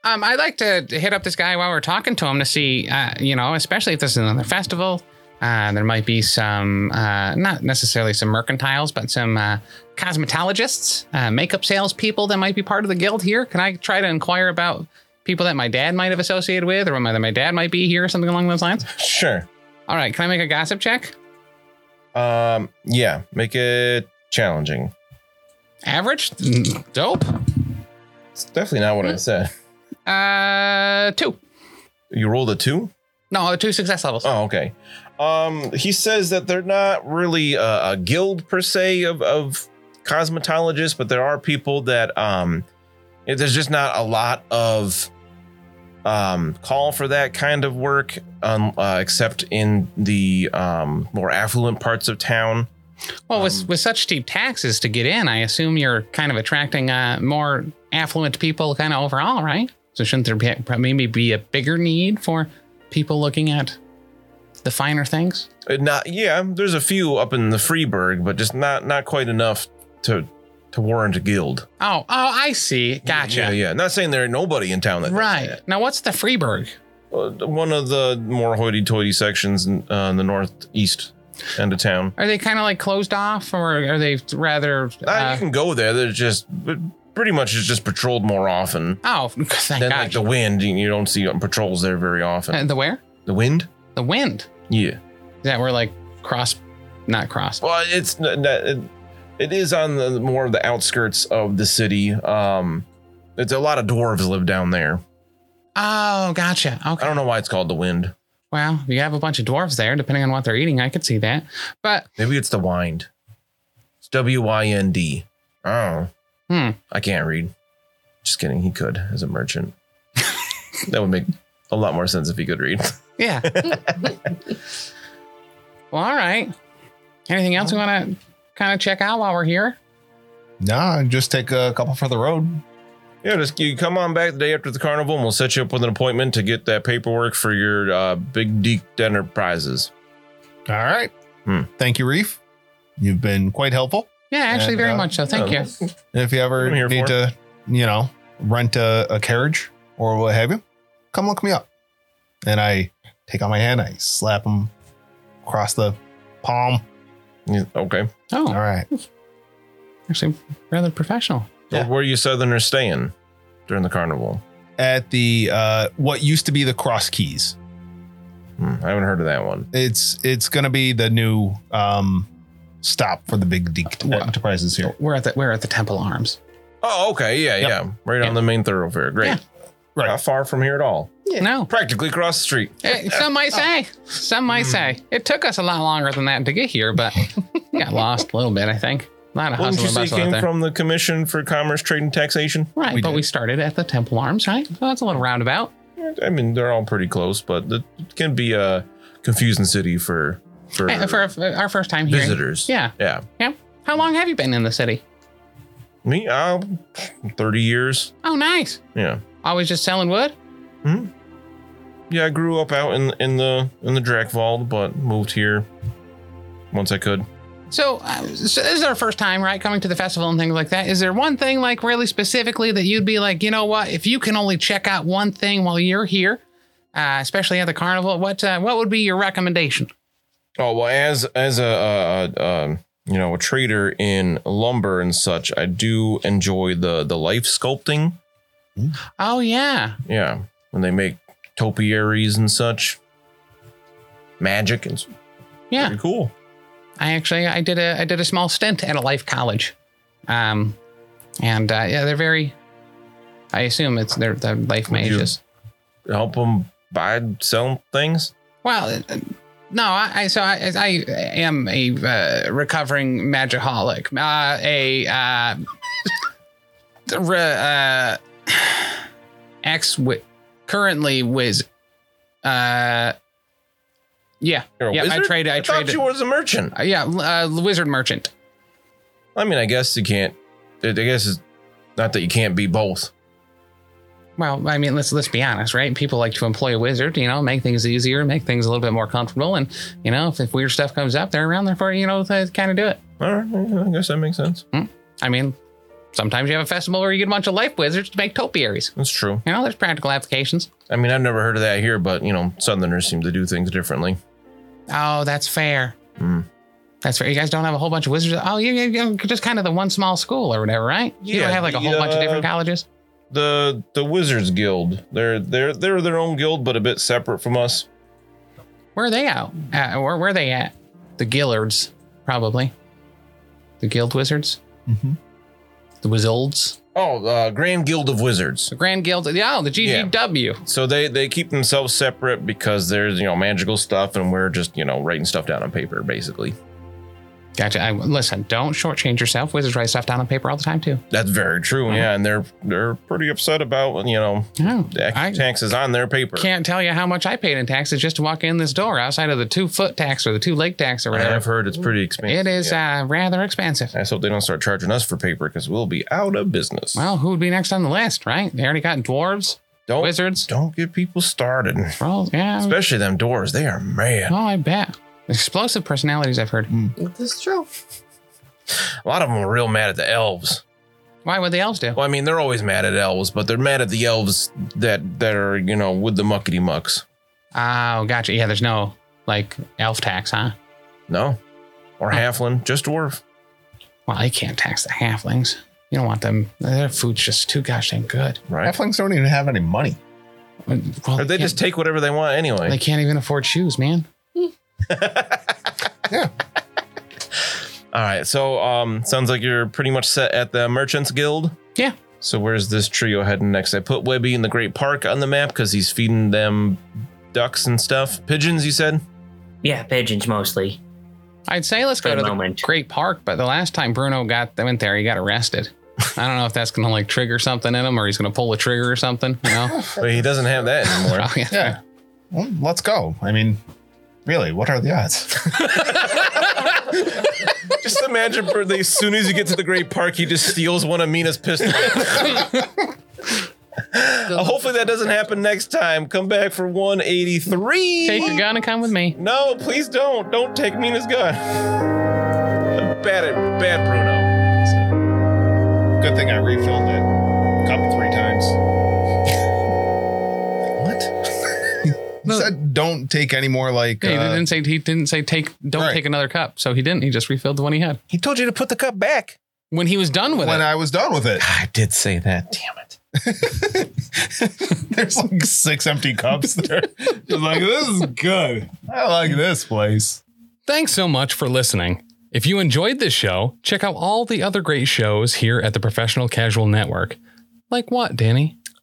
B: Um, I'd like to hit up this guy while we're talking to him to see, uh, you know, especially if this is another festival. Uh, there might be some, uh, not necessarily some mercantiles, but some uh, cosmetologists, uh, makeup salespeople that might be part of the guild here. Can I try to inquire about people that my dad might have associated with or whether my dad might be here or something along those lines?
D: Sure.
B: All right, can I make a gossip check?
D: Um, yeah, make it challenging.
B: Average? Mm, Dope.
D: It's definitely not what I said.
B: Uh, two.
D: You rolled a two?
B: No, two success levels.
D: Oh, okay. Um, he says that they're not really a, a guild per se of, of cosmetologists, but there are people that um, yeah, there's just not a lot of um, call for that kind of work, um, uh, except in the um, more affluent parts of town.
B: well,
D: um,
B: with, with such steep taxes to get in, I assume you're kind of attracting uh, more affluent people kind of overall, right? So shouldn't there be, maybe be a bigger need for people looking at the finer things?
D: Uh, Not yeah, there's a few up in the Freeburg, but just not not quite enough to to warrant a guild.
B: Oh, oh, I see. Gotcha.
D: Yeah, yeah. Not saying there ain't nobody in town that does
B: Right.
D: that.
B: Now, what's the Freeburg?
D: Uh, one of the more hoity-toity sections in, uh, in the northeast end of town.
B: Are they kind of like closed off or are they rather.
D: Uh,
B: Uh,
D: you can go there. They're just but pretty much it's just patrolled more often.
B: oh, thank
D: Then
B: God.
D: like the wind, you you don't see patrols there very often.
B: Uh, the where?
D: the wind?
B: The wind.
D: Yeah.
B: Is that where like cross, not cross?
D: Well, it's n- n- it, it is on the more of the outskirts of the city. Um, it's a lot of dwarves live down there.
B: Oh, gotcha. Okay.
D: I don't know why it's called the wind.
B: Well, you have a bunch of dwarves there, depending on what they're eating. I could see that. But
D: Maybe it's the wind. It's W Y N D. Oh.
B: Hmm.
D: I can't read. Just kidding. He could as a merchant. that would make a lot more sense if he could read.
B: yeah. well, all right. Anything else you want to kind of check out while we're here?
E: Nah, just take a couple for the road.
D: Yeah, just you come on back the day after the carnival and we'll set you up with an appointment to get that paperwork for your uh, big deek enterprises.
E: All right.
D: Hmm.
E: Thank you, Reef. You've been quite helpful.
B: Yeah, actually,
E: And,
B: very
E: uh,
B: much so. Thank
D: yeah.
B: you.
E: And if you ever
D: I'm here
E: need
D: for
E: to, you know, rent a, a carriage or what have you, come look me up. And I take out my hand, I slap him across the palm.
D: Yeah, Okay.
E: All
B: Oh,
E: right.
B: actually, rather professional.
E: Yeah.
D: Where you Southerners staying during the carnival?
E: At the uh what used to be the cross keys.
D: Hmm, I haven't heard of that one.
E: It's it's gonna be the new um stop for the big Deke enterprises here.
B: We're at the we're at the Temple Arms.
D: Oh, okay. Yeah,
E: Yep.
D: yeah. Right
B: Yeah.
D: on the main thoroughfare. Great.
B: Yeah.
E: Right.
D: Not far from here at all.
B: No,
D: Practically across the street.
B: Eh, some might say, some might say it took us a lot longer than that to get here, but we got lost a little bit. I think a lot of
D: Well,
B: hustle
D: didn't you
B: and
D: say you
B: bustle out
D: came
B: there.
D: from the Commission for Commerce, Trade, and Taxation?
B: Right,
E: We
B: but
E: did.
B: we started at the Temple Arms, right? So that's a little roundabout.
D: I mean, they're all pretty close, but it can be a confusing city for for,
B: Eh, For, for our first time here.
D: visitors.
B: Yeah.
D: yeah.
B: How long have you been in the city?
D: Me, uh, thirty years.
B: Oh, nice.
D: Yeah,
B: Always just selling wood?
D: yeah. I grew up out in in the in the Drakvald, but moved here once I could.
B: So, uh, so this is our first time, right? Coming to the festival and things like that. Is there one thing, like, really specifically that you'd be like, you know what? If you can only check out one thing while you're here, uh, especially at the carnival, what uh, what would be your recommendation?
D: Oh well, as as a, uh uh um you know a trader in lumber and such, I do enjoy the the life sculpting.
B: Oh, yeah.
D: Yeah, when they make topiaries and such, magic and
B: Yeah.
D: pretty cool.
B: I actually I did a I did a small stint at a life college, um, and uh, yeah, they're very. I assume it's they're, they're life
D: Would you-
B: mages.
D: help them buy sell things.
B: Well, uh, no, I, I so I, I am a uh, recovering magiholic, uh, a uh, re, uh, ex wi- currently wiz. Uh, yeah,
D: You're a
B: yeah. I
D: wizard?
B: traded. I,
D: I thought
B: traded.
D: you was a merchant.
B: uh, yeah, uh, wizard merchant.
D: I mean, I guess you can't. I guess it's not that you can't be both.
B: Well, I mean, let's let's be honest, right? People like to employ a wizard, you know, make things easier, make things a little bit more comfortable, and you know, if, if weird stuff comes up, they're around there for you know to kind of do it.
D: All right, yeah, I guess that makes sense.
B: Hmm. I mean, sometimes you have a festival where you get a bunch of life wizards to make topiaries.
D: That's true.
B: You know, there's practical applications.
D: I mean, I've never heard of that here, but you know, Southerners seem to do things differently.
B: Oh, that's fair.
D: Hmm.
B: That's fair. You guys don't have a whole bunch of wizards. Oh, you, you you- just kind of the one small school or whatever, right? you don't
D: Yeah,
B: have like a
D: the,
B: whole bunch of different
D: uh,
B: colleges.
D: The the Wizards Guild, they're they're they're their own guild, but a bit separate from us.
B: Where are they out? Uh, where where are they at?
D: Mm-hmm.
B: The Gillards, probably. The Guild Wizards.
E: Mhm.
G: The Wizards,
D: Oh, uh, Grand Guild of Wizards.
B: The Grand Guild, yeah, oh, the GGW.
D: So they they keep themselves separate because there's you know magical stuff, and we're just you know writing stuff down on paper, basically.
B: Gotcha. I, listen, don't shortchange yourself. Wizards write stuff down on paper all the time too.
D: That's very true.
B: Uh-huh.
D: Yeah, and they're they're pretty upset about you know
B: Oh,
D: the extra
B: I-
D: taxes on their paper.
B: Can't tell you how much I paid in taxes just to walk in this door outside of the two foot tax or the two leg tax or
D: I have
B: whatever.
D: heard it's pretty expensive.
B: It is
D: Yeah.
B: uh, rather expensive.
D: I just hope they don't start charging us for paper because we'll be out of business.
B: Well, who would be next on the list, right? They already got dwarves,
D: don't
B: wizards,
D: don't get people started,
B: trolls. Yeah.
D: especially them doors. They are mad.
B: Oh, I bet. Explosive personalities, I've heard.
D: Hmm.
C: That's true.
D: A lot of them are real mad at the elves.
B: Why would the elves do?
D: Well, I mean, they're always mad at elves, but they're mad at the elves that that are you know with the muckety mucks.
B: Oh, gotcha. Yeah, there's no like elf tax, huh?
D: No, or halfling, just dwarf.
B: Well, they can't tax the halflings. You don't want them. Their food's just too gosh dang good.
D: Right?
E: Halflings don't even have any money.
B: Well,
D: Or they
B: can't-
D: just take whatever they want anyway.
B: They can't even afford shoes, man.
D: All right. So, um, sounds like you're pretty much set at the Merchants Guild.
B: Yeah.
D: So where's this trio heading next? I put Webby in the Great Park on the map because he's feeding them ducks and stuff. Pigeons, you said?
F: Yeah, pigeons mostly.
B: I'd say let's
F: For
B: go
F: the
B: to
F: moment.
B: the Great Park, but the last time Bruno got went there, he got arrested. I don't know if that's gonna like trigger something in him, or he's gonna pull a trigger or something. You know?
D: But he doesn't have that anymore.
B: Oh, yeah.
E: Yeah. Well, let's go. I mean, really, what are the odds?
D: just imagine, Bert, that as soon as you get to the Great Park, he just steals one of Mina's pistols. Uh, hopefully that doesn't happen next time. Come back for 183.
B: Take your gun and come with me.
D: No, please don't. Don't take Mina's gun. Bad, bad Bruno.
E: Good thing I refilled it cup three times.
D: What?
E: He said, don't take any more like.
B: Yeah, he
E: uh,
B: didn't say he didn't say take don't
E: Right.
B: take another cup, so he didn't. He just refilled the one he had
D: He told you to put the cup back.
B: when he was done with
E: when
B: it.
E: I was done with it,
D: I did say that. Damn it.
E: there's like six empty cups there. Just like, this is good. I like this place.
G: Thanks so much for listening. If you enjoyed this show, check out all the other great shows here at the Professional Casual Network. Like what, Danny?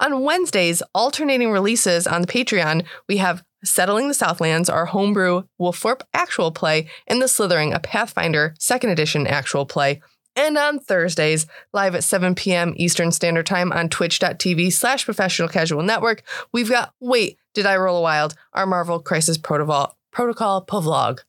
C: On Wednesdays, alternating releases on the Patreon, we have Settling the Southlands, our homebrew Wolforp actual play, and The Slithering, a Pathfinder second edition actual play. And on Thursdays, live at 7 p.m. Eastern Standard Time on twitch.tv slash professional casual network, we've got Wait, Did I Roll a Wild? Our Marvel Crisis Protocol, Protocol Povlog.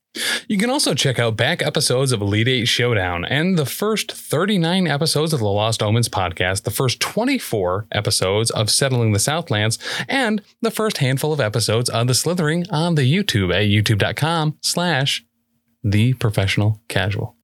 G: You can also check out back episodes of Elite Eight Showdown and the first 39 episodes of the Lost Omens podcast, the first 24 episodes of Settling the Southlands, and the first handful of episodes of The Slithering on the YouTube at youtube.com slash the professional casual.